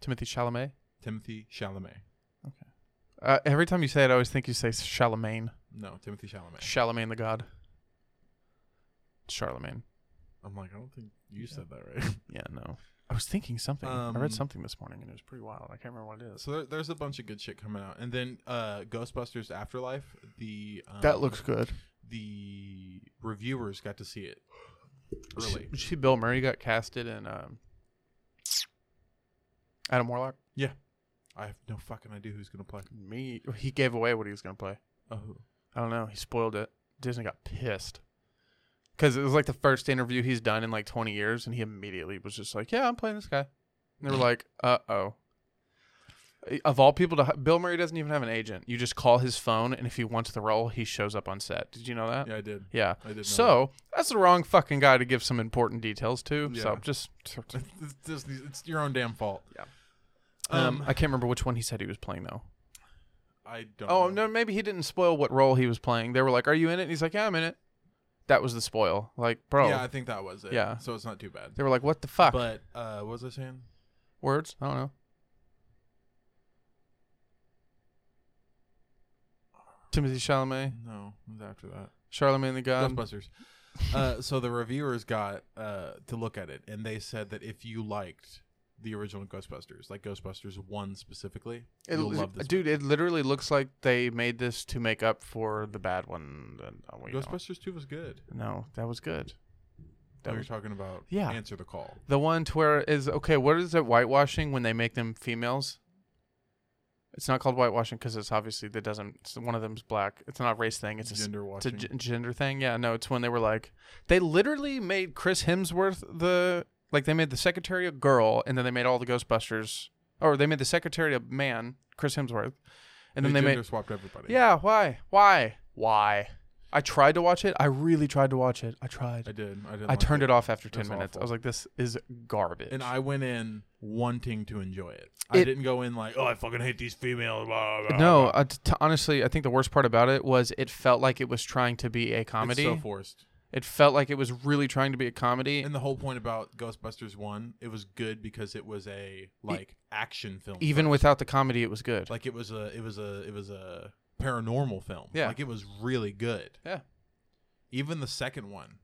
A: Timothy Chalamet.
B: Timothy Chalamet.
A: Uh, every time you say it, I always think you say Charlemagne.
B: No, Timothy Chalamet.
A: Charlemagne the God. Charlemagne.
B: I'm like, I don't think you
A: Yeah.
B: said that right.
A: Yeah, no. I was thinking something. I
B: Um,
A: read something this morning and it was pretty wild. I can't remember what it is.
B: So there, there's a bunch of good shit coming out, and then uh, Ghostbusters Afterlife. The um,
A: That looks good.
B: The reviewers got to see it
A: Really?
B: early.
A: You see, Bill Murray got casted in um, Adam Warlock.
B: I have no fucking idea who's gonna play.
A: Me, he gave away what he was gonna play.
B: Oh,
A: I don't know. He spoiled it. Disney got pissed because it was like the first interview he's done in like 20 years, and he immediately was just like, "Yeah, I'm playing this guy." And they were like, "Uh oh." Of all people, to, Bill Murray doesn't even have an agent. You just call his phone, and if he wants the role, he shows up on set. Did you know that?
B: yeah, I did.
A: Yeah.
B: I did. know
A: So that's the wrong fucking guy to give some important details to. So
B: Yeah.
A: just,
B: that. it's, Disney- it's your own damn fault.
A: Yeah.
B: Um,
A: um, I can't remember which one he said he was playing though.
B: I don't.
A: Oh
B: know.
A: no, maybe he didn't spoil what role he was playing. They were like, "Are you in it?" And he's like, "Yeah, I'm in it." That was the spoil. Like, bro,
B: Yeah, I think that was it.
A: Yeah.
B: So it's not too bad.
A: they were like, "What the fuck?"
B: But uh, what was I saying?
A: Words? I don't know. Timothy Chalamet,
B: No, it was after that.
A: Charlemagne the God.
B: Ghostbusters. uh, so the reviewers got uh, to look at it, and they said that if you liked the original Ghostbusters, like Ghostbusters one specifically,
A: It,
B: you'll love this.
A: dude, it literally looks like they made this to make up for the bad one. that- oh,
B: one.
A: you know.
B: Ghostbusters two was good.
A: No, that was good.
B: That
A: That
B: we were
A: was
B: talking about.
A: Yeah.
B: Answer the call.
A: the one to where is okay. What is it whitewashing when they make them females? It's not called whitewashing because it's obviously that doesn't. It's, one of them's black. It's not a race thing. It's a
B: gender
A: It's a
B: watching.
A: g- gender thing. Yeah, no, it's when they were like, they literally made Chris Hemsworth the like they made the secretary a girl, and then they made all the Ghostbusters, or they made the secretary a man, Chris Hemsworth, and then they
B: gender
A: made
B: swapped everybody.
A: yeah, why, why, why? I tried to watch it. I really tried to watch it. I tried.
B: I did. I did.
A: I turned it off after ten
B: That's
A: minutes. I
B: awful.
A: was like, this is garbage.
B: And I went in wanting to enjoy it. I
A: It-
B: didn't go in like, oh, I fucking hate these females. Blah, blah, blah,
A: no,
B: blah."
A: uh, t- t- honestly, I think the worst part about it was it felt like it was trying to be a comedy.
B: It's so forced.
A: it felt like it was really trying to be a comedy.
B: And the whole point about Ghostbusters one, it was good because it was a like action film.
A: even without the comedy, it was good.
B: like it was a it was a it was a paranormal film.
A: Yeah.
B: Like it was really good.
A: Yeah.
B: Even the second one.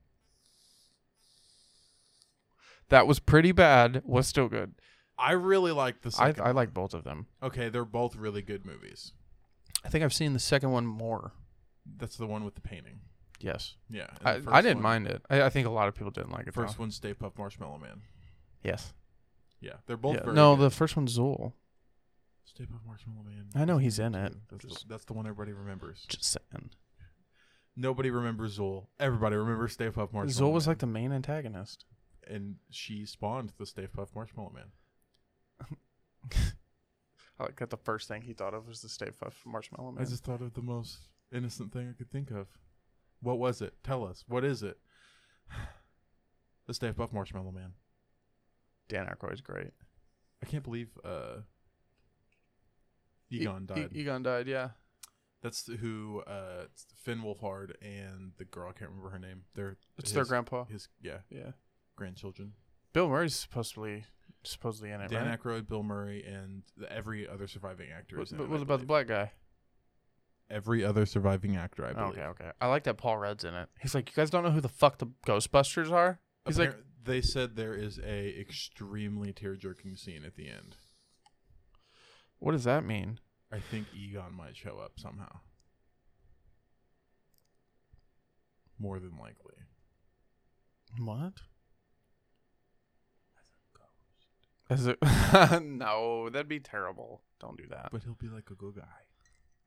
A: that was pretty bad was still good.
B: I really liked the
A: I,
B: second
A: I like both of them.
B: Okay, they're both really good movies.
A: I think I've seen the second one more.
B: That's the one with the painting.
A: Yes,
B: Yeah. and
A: I,
B: the
A: I
B: first
A: didn't
B: one-
A: mind it. I, I think a lot of people didn't like it.
B: First
A: First,
B: one, Stay Puft Marshmallow Man.
A: yes,
B: Yeah, they're both
A: Yeah.
B: very
A: no,
B: good.
A: the first one's Zool.
B: Stay Puft Marshmallow Man.
A: I know
B: That's
A: he's
B: number
A: in it.
B: two. That's,
A: Just-
B: the, that's the one everybody remembers.
A: Just saying.
B: Nobody remembers Zool. Everybody remembers Stay Puft Marshmallow
A: Zol was
B: Man.
A: like the main antagonist.
B: and she spawned the Stay Puft Marshmallow Man.
A: I like that the first thing he thought of was the Stay Puft Marshmallow
B: I
A: Man.
B: just thought of the most innocent thing I could think of. What was it? Tell us. What is it? the Stay Puft Marshmallow Man.
A: Dan Aykroyd's great.
B: I can't believe uh, Egon
A: E-
B: died.
A: E- Egon died, yeah.
B: That's who uh, Finn Wolfhard and the girl I can't remember her name. They're
A: It's
B: his,
A: their grandpa.
B: His yeah,
A: Yeah.
B: grandchildren.
A: Bill Murray's supposedly supposedly in it,
B: Dan
A: right?
B: Aykroyd, Bill Murray, and the, every other surviving actor.
A: But
B: is in
A: but
B: it,
A: what
B: I
A: about the
B: believe.
A: black guy?
B: every other surviving actor? I believe.
A: Oh, okay, okay. I like that Paul Rudd's in it. He's like, you guys don't know who the fuck the Ghostbusters are? He's like,
B: Appar- they said there is a extremely tear jerking scene at the end.
A: what does that mean?
B: I think Egon might show up somehow. More than likely.
A: What? As a ghost. no, that'd be terrible. Don't do that.
B: But he'll be like a good guy.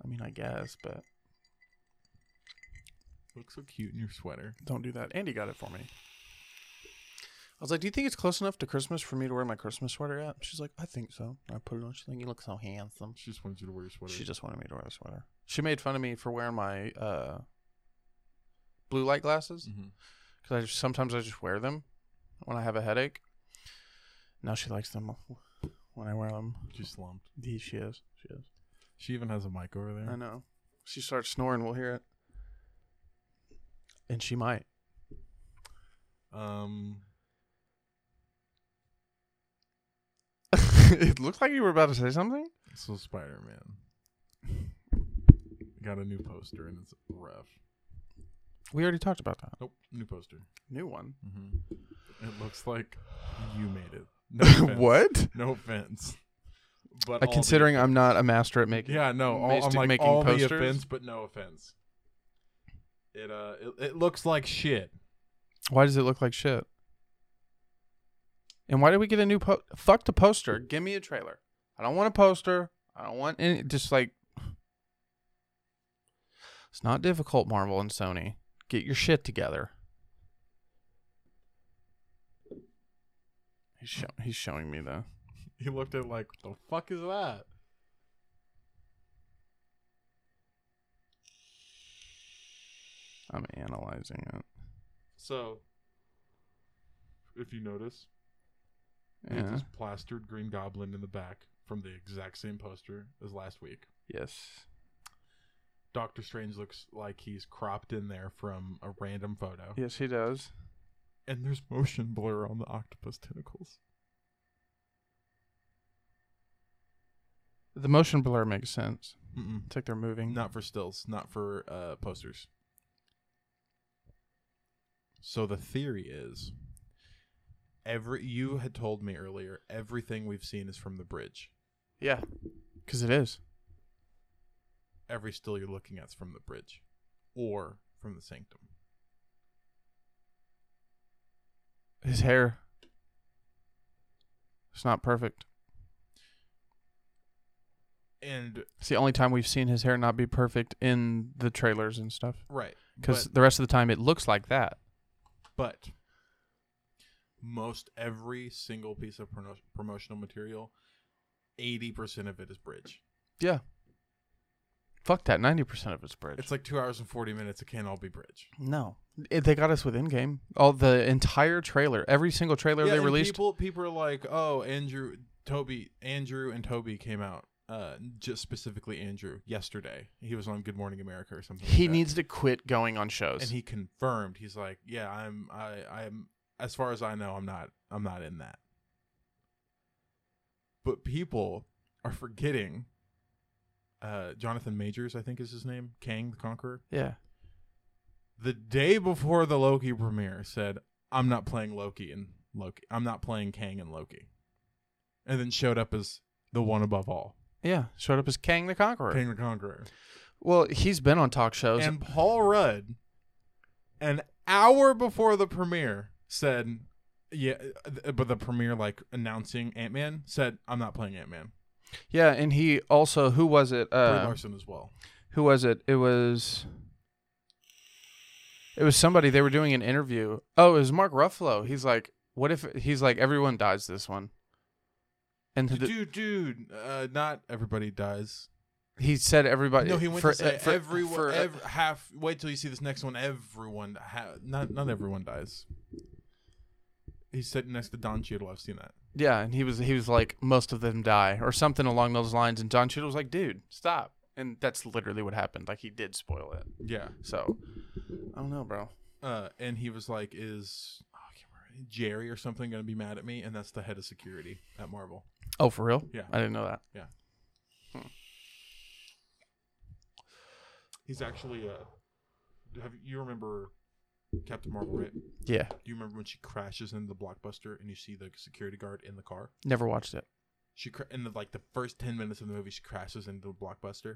A: I mean, I guess, but
B: Looks so cute in your sweater.
A: don't do that. Andy got it for me. I was like, "Do you think it's close enough to Christmas for me to wear my Christmas sweater yet?" She's like, "I think so." I put it on. She's like, "You look so handsome."
B: She just wants you to wear your sweater.
A: She just wanted me to wear a sweater. She made fun of me for wearing my uh, blue light glasses.
B: hmm
A: because I just, sometimes I just wear them when I have a headache. Now she likes them when I wear them.
B: She slumped.
A: Yeah, She is. She is.
B: She even has a mic over there.
A: I know. She starts snoring. We'll hear it. And she might.
B: Um,
A: it looked like you were about to say something.
B: so Spider Man got a new poster and it's rough.
A: We already talked about that.
B: Nope, new poster.
A: New one.
B: hmm It looks like you made it. No offense.
A: what?
B: No offense. But all
A: Like
B: the-
A: considering I'm not a master at making.
B: yeah, no, all,
A: Mas-
B: I'm like
A: making
B: all the
A: posters?
B: offense, but no offense. It uh, it, it looks like shit.
A: Why does it look like shit? And why did we get a new po- fuck the poster? Give me a trailer. I don't want a poster. I don't want any just like It's not difficult, Marvel and Sony. Get your shit together. He's show- he's showing me the
B: He looked at it like, what the fuck is that?
A: I'm analyzing it.
B: So, if you notice, it's
A: Yeah.
B: this plastered Green Goblin in the back from the exact same poster as last week.
A: Yes.
B: Doctor Strange looks like he's cropped in there from a random photo,
A: Yes, he does.
B: and there's motion blur on the octopus tentacles.
A: The motion blur makes sense.
B: Mm-mm.
A: It's like they're moving.
B: Not for stills, not for uh, posters. So the theory is, every you had told me earlier, everything we've seen is from the bridge.
A: Yeah. Cuz it is.
B: Every still you're looking at is from the bridge, or from the sanctum.
A: His hair. It's not perfect.
B: And
A: It's the only time we've seen his hair not be perfect in the trailers and stuff.
B: right,
A: Because
B: but-
A: the rest of the time it looks like that.
B: but most every single piece of promo- promotional material, eighty percent of it is bridge.
A: Yeah. Fuck that. Ninety percent of it's bridge.
B: It's like two hours and forty minutes. It can't all be bridge.
A: no, It- they got us with in game. All the entire trailer, every single trailer they
B: and
A: released.
B: People, people are like, oh, Andrew, Toby, Andrew, and Toby came out. Uh, just specifically Andrew yesterday. He was on Good Morning America or something.
A: he
B: like that.
A: needs to quit going on shows.
B: and he confirmed. He's like, yeah, I'm, I, I'm. As far as I know, I'm not, I'm not in that. But people are forgetting. Uh, Jonathan Majors, I think is his name, Kang the Conqueror.
A: yeah,
B: The day before the Loki premiere, said, "I'm not playing Loki and Loki. I'm not playing Kang and Loki," and then showed up as the one above all,
A: yeah. Showed up as Kang the Conqueror.
B: Kang the Conqueror,
A: Well, he's been on talk shows.
B: and Paul Rudd. An hour before the premiere, said, "Yeah," uh, but the premiere like announcing Ant Man said, "I'm not playing Ant Man."
A: Yeah, and he also who was it?
B: Brie
A: Uh,
B: Larson as well.
A: who was it? It was. It was somebody. They were doing an interview. Oh, it was Mark Ruffalo. He's like, what if he's like everyone dies this one, and the,
B: dude, dude, uh, not everybody dies.
A: he said everybody.
B: no, he went
A: for- e,
B: to say
A: for-
B: everyone.
A: for-
B: ev- half. Wait till you see this next one. Everyone, ha- not not everyone dies. He's sitting next to Don Cheadle. I've seen that.
A: yeah, and he was he was like most of them die or something along those lines. And John Cheadle was like, dude, stop. And that's literally what happened. Like he did spoil it.
B: Yeah.
A: So I don't know, bro.
B: Uh, and he was like, "Is oh, I can't remember, Jerry or something going to be mad at me?" And that's the head of security at Marvel.
A: Oh, for real?
B: Yeah.
A: I didn't know that.
B: He's actually. Uh, have you remember Captain Marvel? Right? Do
A: Yeah,
B: you remember when she crashes into the blockbuster and you see the security guard in the car?
A: never watched it.
B: she cra- in the like the first 10 minutes of the movie she crashes into a blockbuster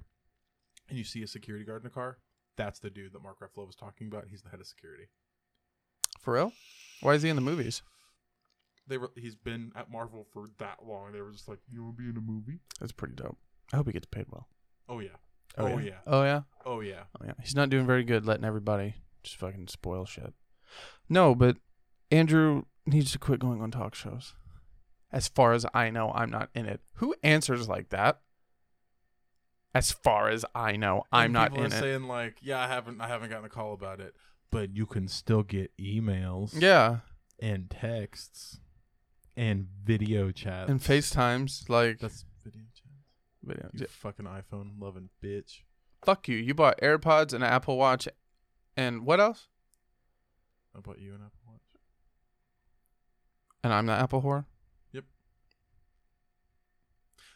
B: and you see a security guard in the car that's the dude that mark ruffalo was talking about he's the head of security
A: For real? Why is he in the movies?
B: they were he's been at marvel for that long they were just like you want to be in a movie
A: That's pretty dope. I hope he gets paid well.
B: oh yeah oh, yeah.
A: Oh yeah.
B: oh yeah
A: Oh yeah. He's not doing very good letting everybody just fucking spoil shit. No, but Andrew needs to quit going on talk shows. As far as I know, I'm not in it. Who answers like that? As far as I know, I'm
B: And
A: not
B: people
A: in
B: are
A: it.
B: saying like yeah i haven't i haven't gotten a call about it but you can still get emails
A: yeah.
B: and texts and video chats
A: And FaceTimes, like
B: that's video chats
A: video.
B: you fucking iphone loving bitch
A: fuck you. You bought AirPods and an Apple Watch and what else?
B: i bought you an apple watch
A: And I'm the Apple whore.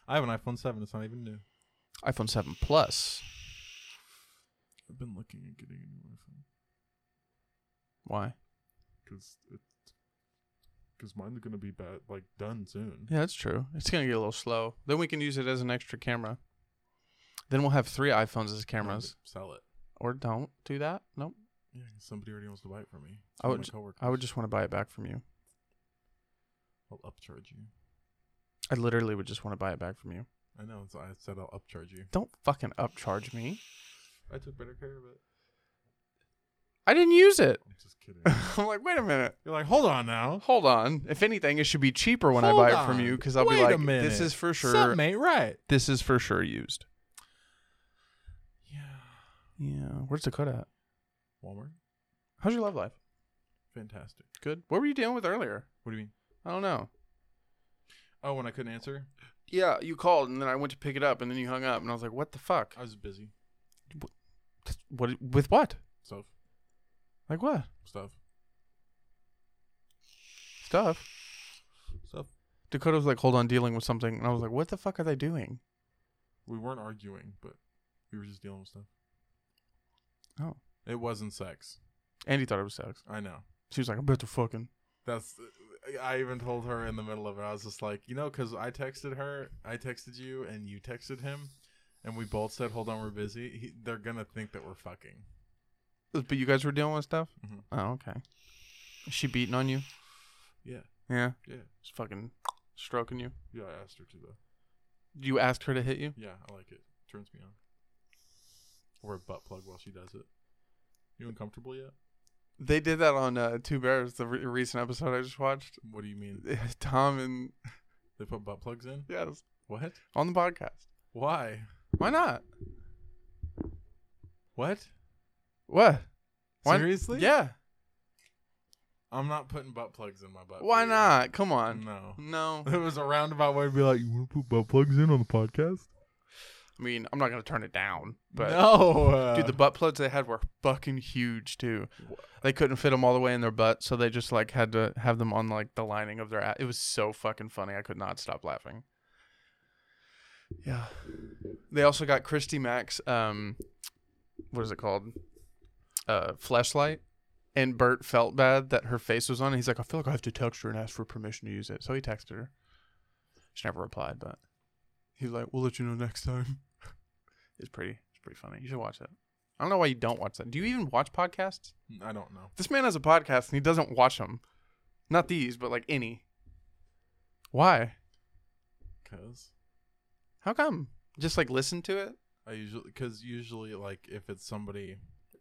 B: I have an iPhone 7. It's not even new.
A: iPhone 7 Plus.
B: I've been looking at getting a new iPhone
A: Why?
B: because because mine's gonna be bad, like done soon.
A: Yeah, that's true. It's gonna get a little slow. Then we can use it as an extra camera. Then we'll have three iPhones as cameras.
B: Sell it.
A: Or don't do that. Nope.
B: Yeah, 'cause somebody already wants to buy it from me.
A: I
B: One of
A: would
B: my
A: ju-
B: coworkers.
A: I would just want to buy it back from you.
B: I'll upcharge you.
A: I literally would just want to buy it back from you.
B: I know. So I said I'll upcharge you.
A: Don't fucking upcharge me.
B: I took better care of it.
A: I didn't use it.
B: I'm just kidding.
A: I'm like, wait a minute.
B: You're like, hold on now.
A: Hold on. If anything, it should be cheaper when
B: Hold
A: I buy it from
B: on.
A: you because I'll
B: Wait
A: be
B: a
A: like, this
B: minute.
A: is for sure.
B: Something ain't right.
A: This is for sure used.
B: Yeah.
A: Yeah. Where's Dakota at?
B: Walmart,
A: How's your love life?
B: fantastic.
A: Good. What were you dealing with earlier?
B: What do you mean?
A: I don't know.
B: Oh, when I couldn't answer,
A: Yeah, you called and then I went to pick it up and then you hung up and I was like, what the fuck?
B: I was busy.
A: What with what?
B: Stuff,
A: Like what?
B: stuff,
A: Stuff.
B: stuff.
A: Dakota was like, "Hold on, dealing with something," and I was like, "What the fuck are they doing?"
B: We weren't arguing, but we were just dealing with stuff.
A: Oh,
B: It wasn't sex.
A: Andy thought it was sex.
B: I know.
A: She was like, "I bet they're fucking."
B: That's. I even told her in the middle of it. I was just like, you know, because I texted her, I texted you, and you texted him, and we both said, "Hold on, we're busy." He, they're gonna think that we're fucking.
A: But you guys were dealing with stuff.
B: Mhm.
A: Oh, okay. Is she beating on you?
B: Yeah,
A: Yeah.
B: Yeah.
A: She's fucking stroking you.
B: yeah. I asked her to though.
A: You asked her to hit you.
B: Yeah, I like it. Turns me on. Or a butt plug while she does it. You uncomfortable yet?
A: They did that on uh, Two Bears, the re- recent episode I just watched.
B: What do you mean?
A: Tom and
B: They put butt plugs in?
A: yes
B: What?
A: on the podcast.
B: Why?
A: Why not?
B: What?
A: What? Why-
B: Seriously?
A: Yeah.
B: I'm not putting butt plugs in my butt.
A: Why
B: plug.
A: not? Come on.
B: No.
A: No.
B: It was a roundabout way to be like, you want to put butt plugs in on the podcast?
A: I mean, I'm not gonna turn it down, but
B: no, uh,
A: Dude, the butt plugs they had were fucking huge too. They couldn't fit them all the way in their butt, so they just like had to have them on like the lining of their. a It was so fucking funny. I could not stop laughing. Yeah, they also got Christy Mack's um, what is it called? Uh, flashlight. And Bert felt bad that her face was on. it. He's like, I feel like I have to text her and ask for permission to use it. So he texted her. She never replied, but he was like, "We'll let you know next time." it's pretty. It's pretty funny. You should watch it. I don't know why you don't watch that. Do you even watch podcasts?
B: I don't know.
A: This man has a podcast and he doesn't watch them. Not these, but like any. Why?
B: Cause
A: How come? Just like listen to it.
B: I usually because usually like if it's somebody,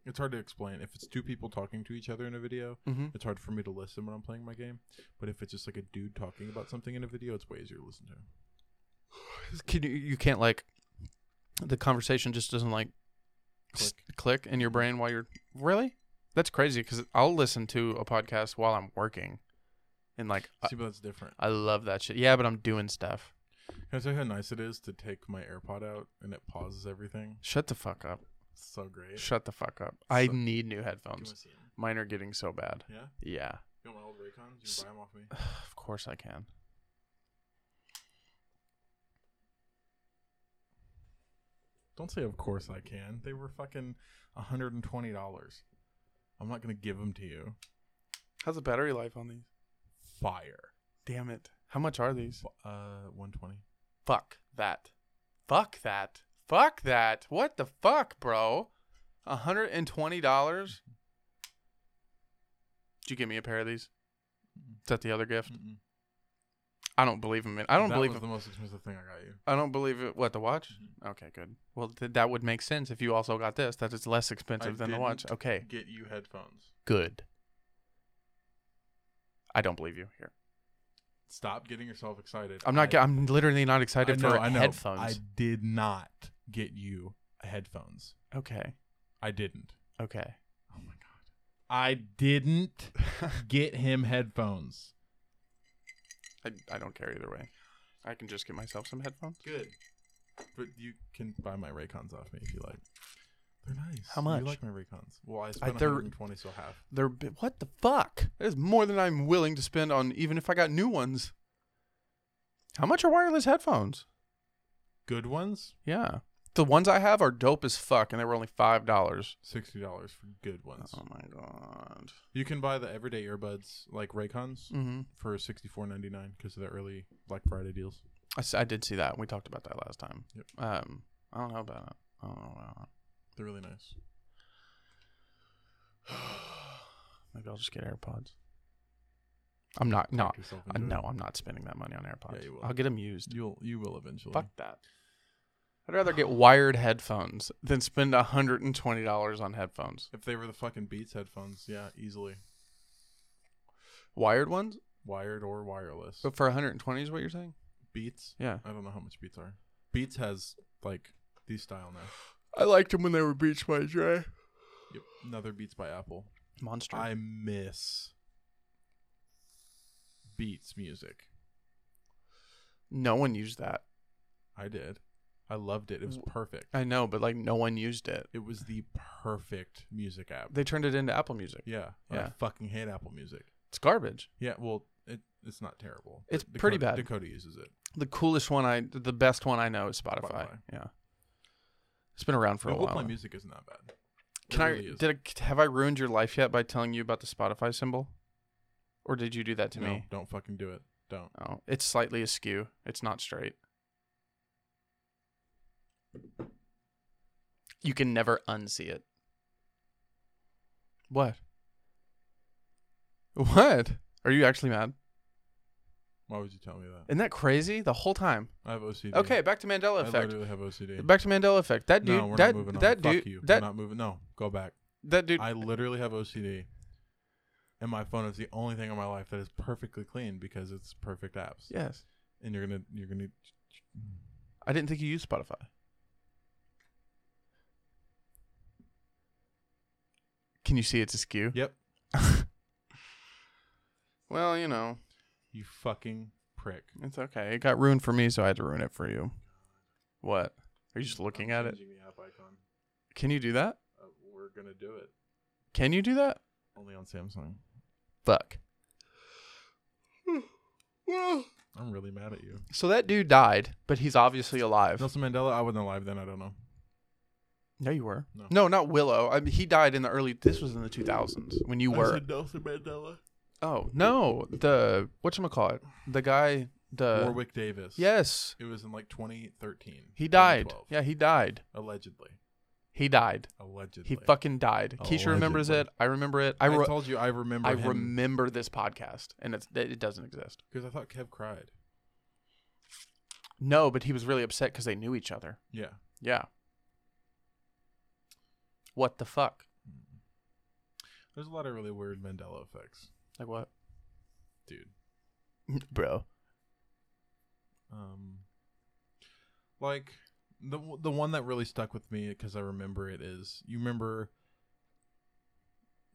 B: it's hard to explain. If it's two people talking to each other in a video,
A: Mm-hmm.
B: it's hard for me to listen when I'm playing my game. But if it's just like a dude talking about something in a video, it's way easier to listen to.
A: Can you, you can't like the conversation just doesn't like s- click in your brain while you're really. That's crazy because I'll listen to a podcast while I'm working, and like I,
B: See, but that's different.
A: I love that shit. Yeah, but I'm doing stuff.
B: Can I tell you how nice it is to take my AirPod out and it pauses everything?
A: Shut the fuck up.
B: It's so great.
A: Shut the fuck up. I
B: So-
A: need new
B: Do you
A: headphones.
B: want to see 'em?
A: Mine are getting so bad.
B: Yeah.
A: Yeah.
B: You want my old Raycons? You
A: S-
B: can buy them off me.
A: Of course I can.
B: Don't say of course I can. They were fucking hundred and twenty dollars. I'm not gonna give them to you.
A: How's the battery life on these?
B: Fire.
A: Damn it. How much are these?
B: Uh, one twenty.
A: Fuck that. Fuck that. Fuck that. What the fuck, bro? $120? Did you give me a pair of these? Is that the other gift? I don't believe him. In, I don't
B: that
A: believe
B: was
A: him.
B: the most expensive thing I got you.
A: I don't believe it. What, the watch? Okay, good. Well, th- that would make sense if you also got this. That is less expensive than the watch.
B: didn't
A: Okay,
B: Get you headphones.
A: good. I don't believe you here.
B: Stop getting yourself excited.
A: I'm not.
B: I-
A: I, I'm literally not
B: I
A: excited
B: know,
A: for
B: I know.
A: headphones.
B: I did not get you headphones.
A: Okay.
B: I didn't.
A: Okay.
B: Oh my god. I didn't get him headphones.
A: I, I don't care either way. I can just get myself some headphones.
B: Good. But you can buy my Raycons off me if you like. They're nice.
A: How
B: You
A: much?
B: like my Raycons? Well, I spent
A: they're-
B: 120, so half.
A: They're bi- what the fuck? That is more than I'm willing to spend on even if I got new ones. How much are wireless headphones?
B: Good ones,
A: Yeah. The ones I have are dope as fuck and they were only five dollars.
B: sixty dollars for good ones.
A: Oh my god.
B: You can buy the everyday earbuds like Raycons
A: Mm-hmm.
B: for sixty four ninety nine because of the early Black Friday deals.
A: I, s- I did see that. We talked about that last time.
B: Yep.
A: Um I don't know about it. I don't know about it.
B: They're really nice.
A: Maybe I'll just get AirPods. I'm not no
B: Talk yourself
A: uh,
B: into it.
A: no, I'm not spending that money on AirPods.
B: you will.
A: I'll get them used.
B: You'll you will eventually.
A: Fuck that. I'd rather get wired headphones than spend hundred and twenty dollars on headphones.
B: If they were the fucking Beats headphones, yeah, easily
A: Wired ones,
B: wired or wireless.
A: but for hundred and twenty is what you're saying?
B: Beats.
A: Yeah,
B: I don't know how much Beats are. Beats has like the style now.
A: I liked them when they were Beach by Dre.
B: Yep. Another Beats by Apple.
A: Monster.
B: I miss Beats music.
A: no one used that.
B: I did. I loved it. It was perfect.
A: I know, but like no one used it.
B: It was the perfect music app.
A: They turned it into Apple Music.
B: Yeah. and I
A: Yeah.
B: fucking hate Apple Music.
A: It's garbage.
B: Yeah, well, it, it's not terrible.
A: It's
B: Dakota-
A: pretty bad.
B: Dakota uses it.
A: The coolest one I, the best one I know is Spotify.
B: Spotify.
A: Yeah, it's been around for
B: The
A: a
B: Google
A: while.
B: Play Music isn't that bad. It
A: Can I?
B: really is.
A: did I, have I ruined your life yet by telling you about the Spotify symbol, or did you do that to
B: no,
A: me?
B: Don't fucking do it. Don't.
A: Oh, it's slightly askew. It's not straight. You can never unsee it. What? What? Are you actually mad?
B: Why would you tell me that?
A: Isn't that crazy? The whole time.
B: I have OCD.
A: Okay, back to Mandela
B: I
A: effect.
B: literally have OCD.
A: Back to Mandela effect. That dude.
B: no, we're
A: that
B: not moving on.
A: that
B: Fuck
A: dude.
B: you.
A: That
B: we're not moving. No, go back.
A: that dude.
B: I literally have OCD, and my phone is the only thing in my life that is perfectly clean because it's perfect apps.
A: yes.
B: And you're gonna you're gonna
A: I didn't think you used Spotify. Can you see it's askew?
B: yep.
A: Well, you know.
B: You fucking prick.
A: It's okay. It got ruined for me, so I had to ruin it for you. What? Are you just looking at it?
B: The app icon.
A: Can you do that?
B: Uh, we're gonna do it
A: Can you do that?
B: only on Samsung.
A: Fuck. well,
B: I'm really mad at you.
A: so that dude died, but he's obviously alive.
B: Nelson Mandela. I wasn't alive then. I don't know.
A: No, you were.
B: No.
A: No, not Willow. I mean, he died in the early. This was in the 2000s when you were.
B: Nelson Mandela.
A: Oh no, the what you call it? The guy. The
B: Warwick Davis.
A: yes,
B: It was in like 2013.
A: he died.
B: 2012.
A: Yeah, he died.
B: Allegedly.
A: He died.
B: Allegedly.
A: He fucking died.
B: Oh,
A: Keisha remembers it.
B: Allegedly.
A: I remember it. I,
B: I,
A: wrote.
B: told you I remember
A: I
B: him
A: remember this podcast, and it's, it doesn't exist.
B: because I thought Kev cried.
A: No, but he was really upset because they knew each other.
B: Yeah.
A: Yeah. What the fuck?
B: There's a lot of really weird Mandela effects,
A: Like what?
B: dude.
A: Bro.
B: Um, like the the one that really stuck with me because I remember it is you remember.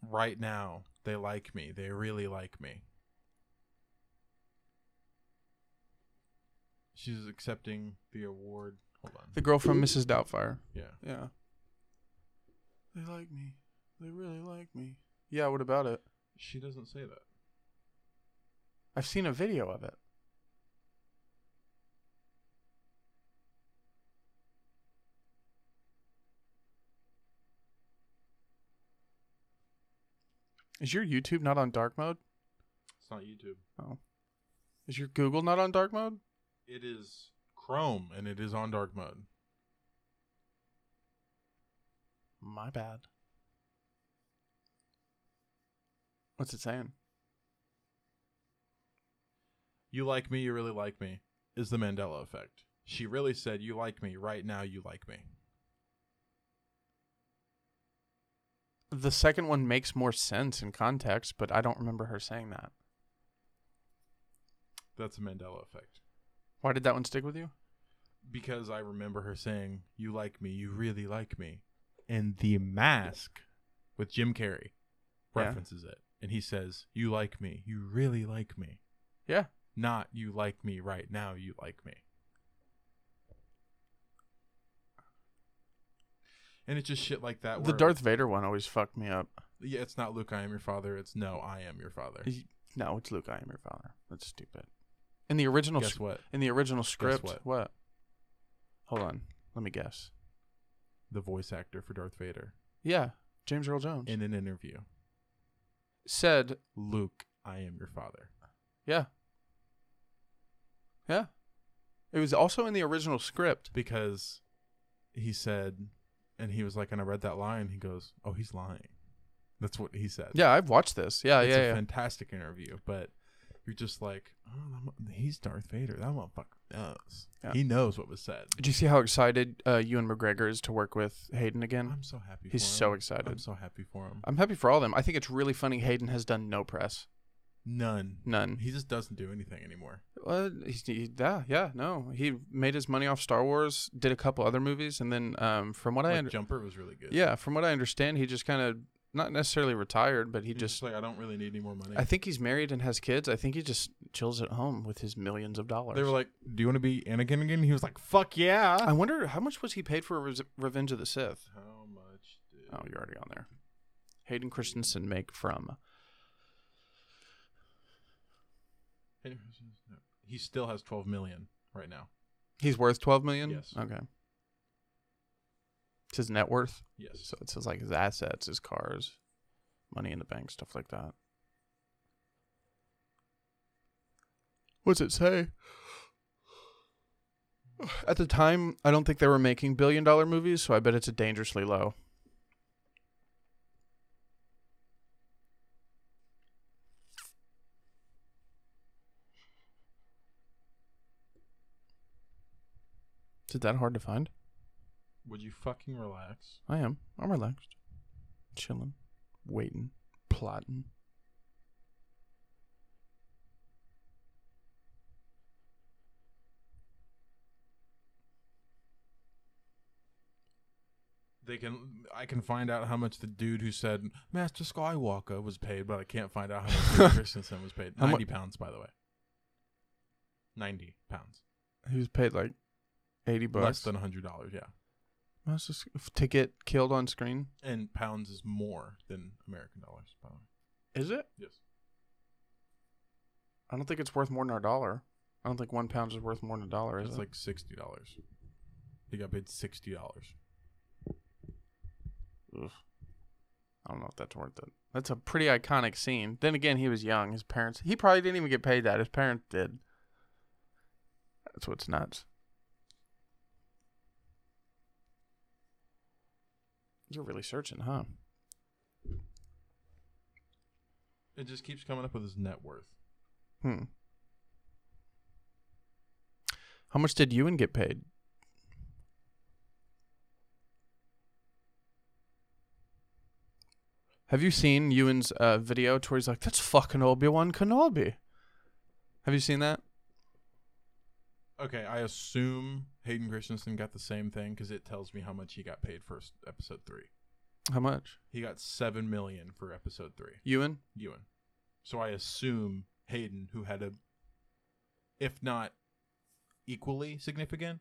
B: Right now, they like me. They really like me. She's accepting the award. Hold on.
A: The girl from Mrs. Doubtfire.
B: Yeah.
A: Yeah. They like me. They really like me. Yeah, what about it?
B: She doesn't say that.
A: I've seen a video of it. Is your YouTube not on dark mode?
B: It's not YouTube.
A: Is your Google not on dark mode?
B: It is Chrome and it is on dark mode.
A: My bad. What's it saying?
B: You like me, you really like me is the Mandela effect. She really said, You like me, right now you like me.
A: The second one makes more sense in context, but I don't remember her saying that.
B: That's a Mandela effect.
A: Why did that one stick with you?
B: Because I remember her saying, You like me, you really like me. And the mask with Jim Carrey
A: Yeah.
B: references it. And he says, You like me, you really like me.
A: Yeah.
B: Not you like me right now, you like me. And it's just shit like that.
A: The
B: where-
A: Darth Vader one always fucked me up.
B: Yeah, it's not Luke, I am your father. It's no, I am your father.
A: Y- No, it's Luke. I am your father. That's stupid. In the original,
B: Guess
A: sc-
B: what?
A: in the original script,
B: what?
A: what? Hold on, let me guess.
B: The voice actor for Darth Vader
A: Yeah, James Earl Jones
B: in an interview.
A: said,
B: Luke, I am your father.
A: yeah, yeah. It was also in the original script.
B: Because he said, and he was like, and I read that line. He goes, Oh, he's lying. That's what he said.
A: Yeah, I've watched this. Yeah,
B: it's
A: yeah,
B: a
A: yeah.
B: fantastic interview, but you're just like, oh, that mo- he's Darth Vader. That motherfucker knows.
A: Yeah.
B: He knows what was said.
A: Did you see how excited uh, Ewan McGregor is to work with Hayden again?
B: I'm so happy.
A: He's
B: for him.
A: so excited.
B: I'm so happy for him.
A: I'm happy for all of them. I think it's really funny. Hayden has done no press,
B: None.
A: none.
B: He just doesn't do anything anymore.
A: Well, he's, he, yeah, yeah, no. He made his money off Star Wars, did a couple other movies, and then um, from what I
B: Like,
A: under-
B: Jumper was really good.
A: yeah, from what I understand, he just kind of not necessarily retired, but he
B: He's just,
A: just
B: like I don't really need any more money.
A: I think he's married and has kids. I think he just chills at home with his millions of dollars.
B: they were like, "Do you want to be Anakin again?" He was like, "Fuck yeah!"
A: I wonder how much was he paid for Re- Revenge of the Sith?
B: How much? Did...
A: Oh, you're already on there. Hayden Christensen make from
B: He still has twelve million right now.
A: he's worth twelve million.
B: Yes.
A: Okay. It's his net worth.
B: Yes.
A: So it's his like his assets, his cars, money in the bank, stuff like that. What's it say? At the time, I don't think they were making billion dollar movies, so I bet it's a dangerously low. Is it that hard to find?
B: Would you fucking relax?
A: I am. I'm relaxed. Chilling. Waiting. Plotting.
B: They can. I can find out how much the dude who said Master Skywalker was paid, but I can't find out how much Christensen was paid.
A: How mu-
B: Ninety pounds, by the way. Ninety pounds.
A: He was paid like 80 bucks.
B: Less than hundred dollars. Yeah.
A: That's just- f- to get killed on screen.
B: And pounds is more than American dollars. By the way.
A: Is it?
B: Yes.
A: I don't think it's worth more than a dollar. I don't think one pound is worth more than a dollar, is
B: It's
A: it?
B: like sixty dollars. He got paid sixty dollars.
A: I don't know if that's worth it. That's a pretty iconic scene. Then again, he was young. His parents, he probably didn't even get paid that. His parents did. That's what's nuts. You're really searching, huh?
B: It just keeps coming up with his net worth.
A: Hmm. How much did Ewan get paid? Have you seen Ewan's uh, video to where he's like, "That's fucking Obi Wan Kenobi"? Have you seen that?
B: Okay, I assume Hayden Christensen got the same thing because it tells me how much he got paid for s- episode three.
A: How much,
B: He got seven million for episode three.
A: Ewan?
B: Ewan. So I assume Hayden, who had a, if not equally significant,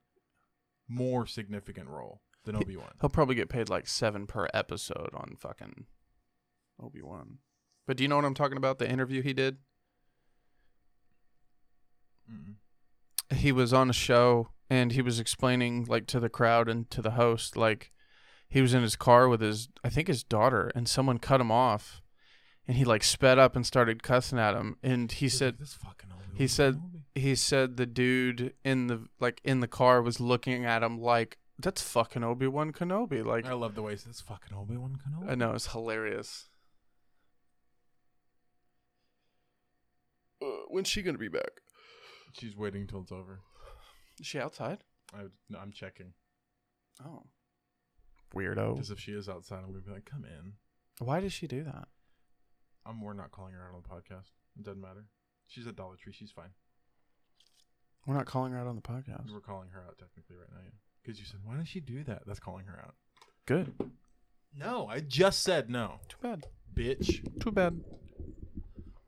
B: more significant role than Obi Wan.
A: He'll probably get paid like seven per episode on fucking Obi Wan. But do you know what I'm talking about? The interview he did. he was on a show and he was explaining like to the crowd and to the host like he was in his car with his I think his daughter and someone cut him off and he like sped up and started cussing at him and he said
B: "This fucking Obi-Wan
A: he said-
B: Kenobi."
A: he said the dude in the like in the car was looking at him like that's fucking Obi-Wan Kenobi like
B: I love the way he said, "This fucking Obi Wan Kenobi."
A: I know it's hilarious. Uh, when's she gonna be back?
B: She's waiting till it's over.
A: Is she outside?
B: I, no, I'm checking
A: Oh, weirdo. Oh.
B: because if she is outside, I'm gonna be like, "Come in."
A: Why does she do that?
B: I'm we're not calling her out on the podcast. It doesn't matter. She's at Dollar Tree. She's fine.
A: We're not calling her out on the podcast.
B: We're calling her out technically right now, yeah. Because you said, "Why does she do that?" That's calling her out.
A: Good.
B: No, I just said no,
A: Too bad.
B: bitch.
A: Too bad.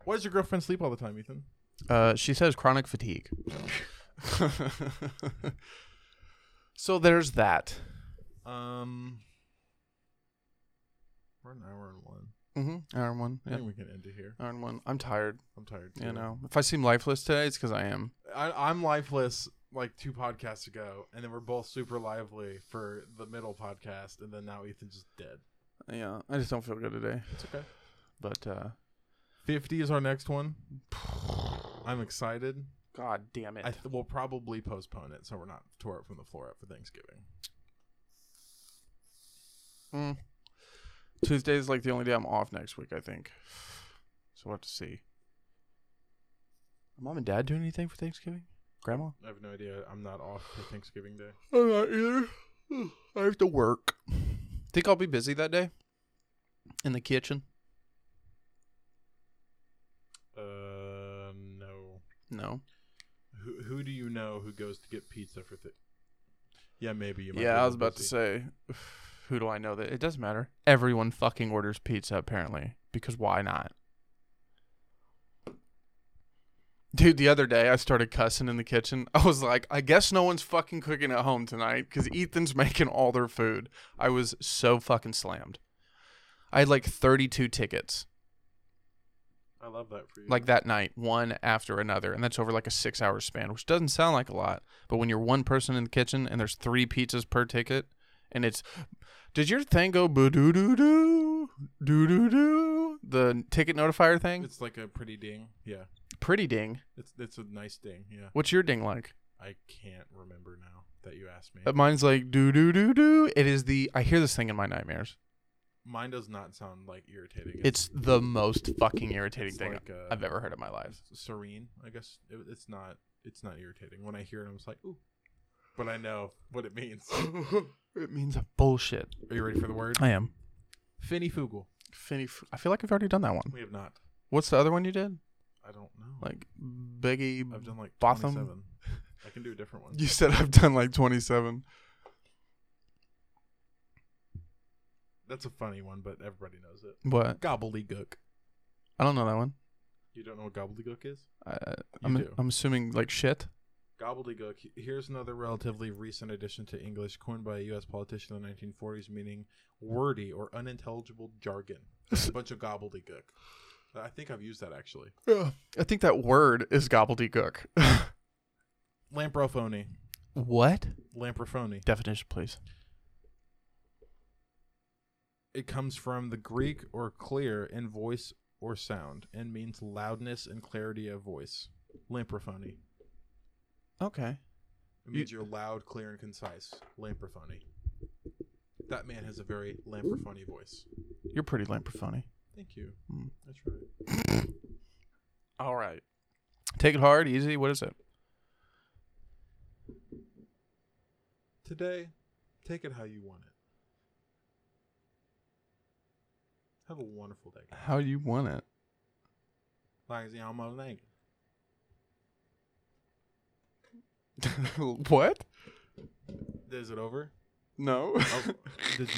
B: Why does your girlfriend sleep all the time, Ethan?
A: Uh, she says chronic fatigue. so there's that.
B: Um, we're an hour and one.
A: Mm-hmm. Iron one.
B: I
A: Yeah.
B: think we can end it here.
A: Iron one. I'm tired.
B: I'm tired.
A: You
B: too.
A: know, if I seem lifeless today, it's because I am.
B: I, I'm lifeless like two podcasts ago, and then we're both super lively for the middle podcast, and then now Ethan's just dead.
A: Yeah, I just don't feel good today.
B: It's okay.
A: But uh,
B: Fifty is our next one. I'm excited.
A: God damn it!
B: I th- we'll probably postpone it, so we're not tore up from the floor up for Thanksgiving.
A: Mm. Tuesday is like the only day I'm off next week. I think. So we'll have to see. Are Mom and Dad doing anything for Thanksgiving? Grandma?
B: I have no idea. I'm not off for Thanksgiving Day.
A: I'm not either. I have to work. Think I'll be busy that day? In the kitchen?
B: Uh, no.
A: No.
B: Who who do you know who goes to get pizza for th- Yeah, maybe you. Might
A: yeah,
B: be
A: I was about
B: busy.
A: to say, who do I know that? It doesn't matter. Everyone fucking orders pizza, apparently, because why not? Dude, the other day I started cussing in the kitchen. I was like, I guess no one's fucking cooking at home tonight because Ethan's making all their food. I was so fucking slammed. I had like 32 tickets.
B: I love that for you.
A: like that night, one after another, and that's over like a six hour span, which doesn't sound like a lot, but when you're one person in the kitchen and there's three pizzas per ticket, and it's did your thing go boo doo doo doo doo doo doo the ticket notifier thing?
B: It's like a pretty ding. Yeah,
A: Pretty ding.
B: it's it's a nice ding. Yeah,
A: What's your ding like?
B: I can't remember now that you asked me.
A: Uh, Mine's like doo doo doo doo. It is the I hear this thing in my nightmares.
B: Mine does not sound like irritating.
A: It's the most fucking irritating
B: It's
A: thing
B: like, uh,
A: I've ever heard in my life.
B: s- serene. I guess it, it's not. It's not irritating. When I hear it, I'm just like, ooh. But I know what it means.
A: it means bullshit.
B: Are you ready for the word?
A: I am.
B: Finny Fugel.
A: Finny, f- I feel like I've already done that one.
B: We have not.
A: What's the other one you did?
B: I don't know.
A: like Biggie.
B: I've done like
A: Botham.
B: 27. I can do a different one.
A: You said I've done like 27.
B: That's a funny one, but everybody knows it.
A: What?
B: Gobbledygook.
A: I don't know that one.
B: You don't know what gobbledygook is?
A: I, I'm,
B: do.
A: I'm assuming like shit.
B: Gobbledygook. Here's another relatively recent addition to English, coined by a U.S. politician in the 1940s, meaning wordy or unintelligible jargon. It's a bunch of gobbledygook. I think I've used that actually.
A: I think that word is gobbledygook.
B: Lamprophony.
A: what?
B: Lamprophony.
A: Definition, please.
B: It comes from the Greek or clear in voice or sound and means loudness and clarity of voice. Lamprophony.
A: Okay.
B: It means you're loud, clear, and concise. Lamprophony. That man has a very lamprophony voice.
A: You're pretty lamprophony.
B: Thank you.
A: Hmm.
B: That's right.
A: All right. Take it hard, easy. What is it?
B: Today, take it how you want it. Have a wonderful day.
A: How you want it?
B: Like it's Elmo Lang.
A: what?
B: Is it over?
A: No.
B: Oh, did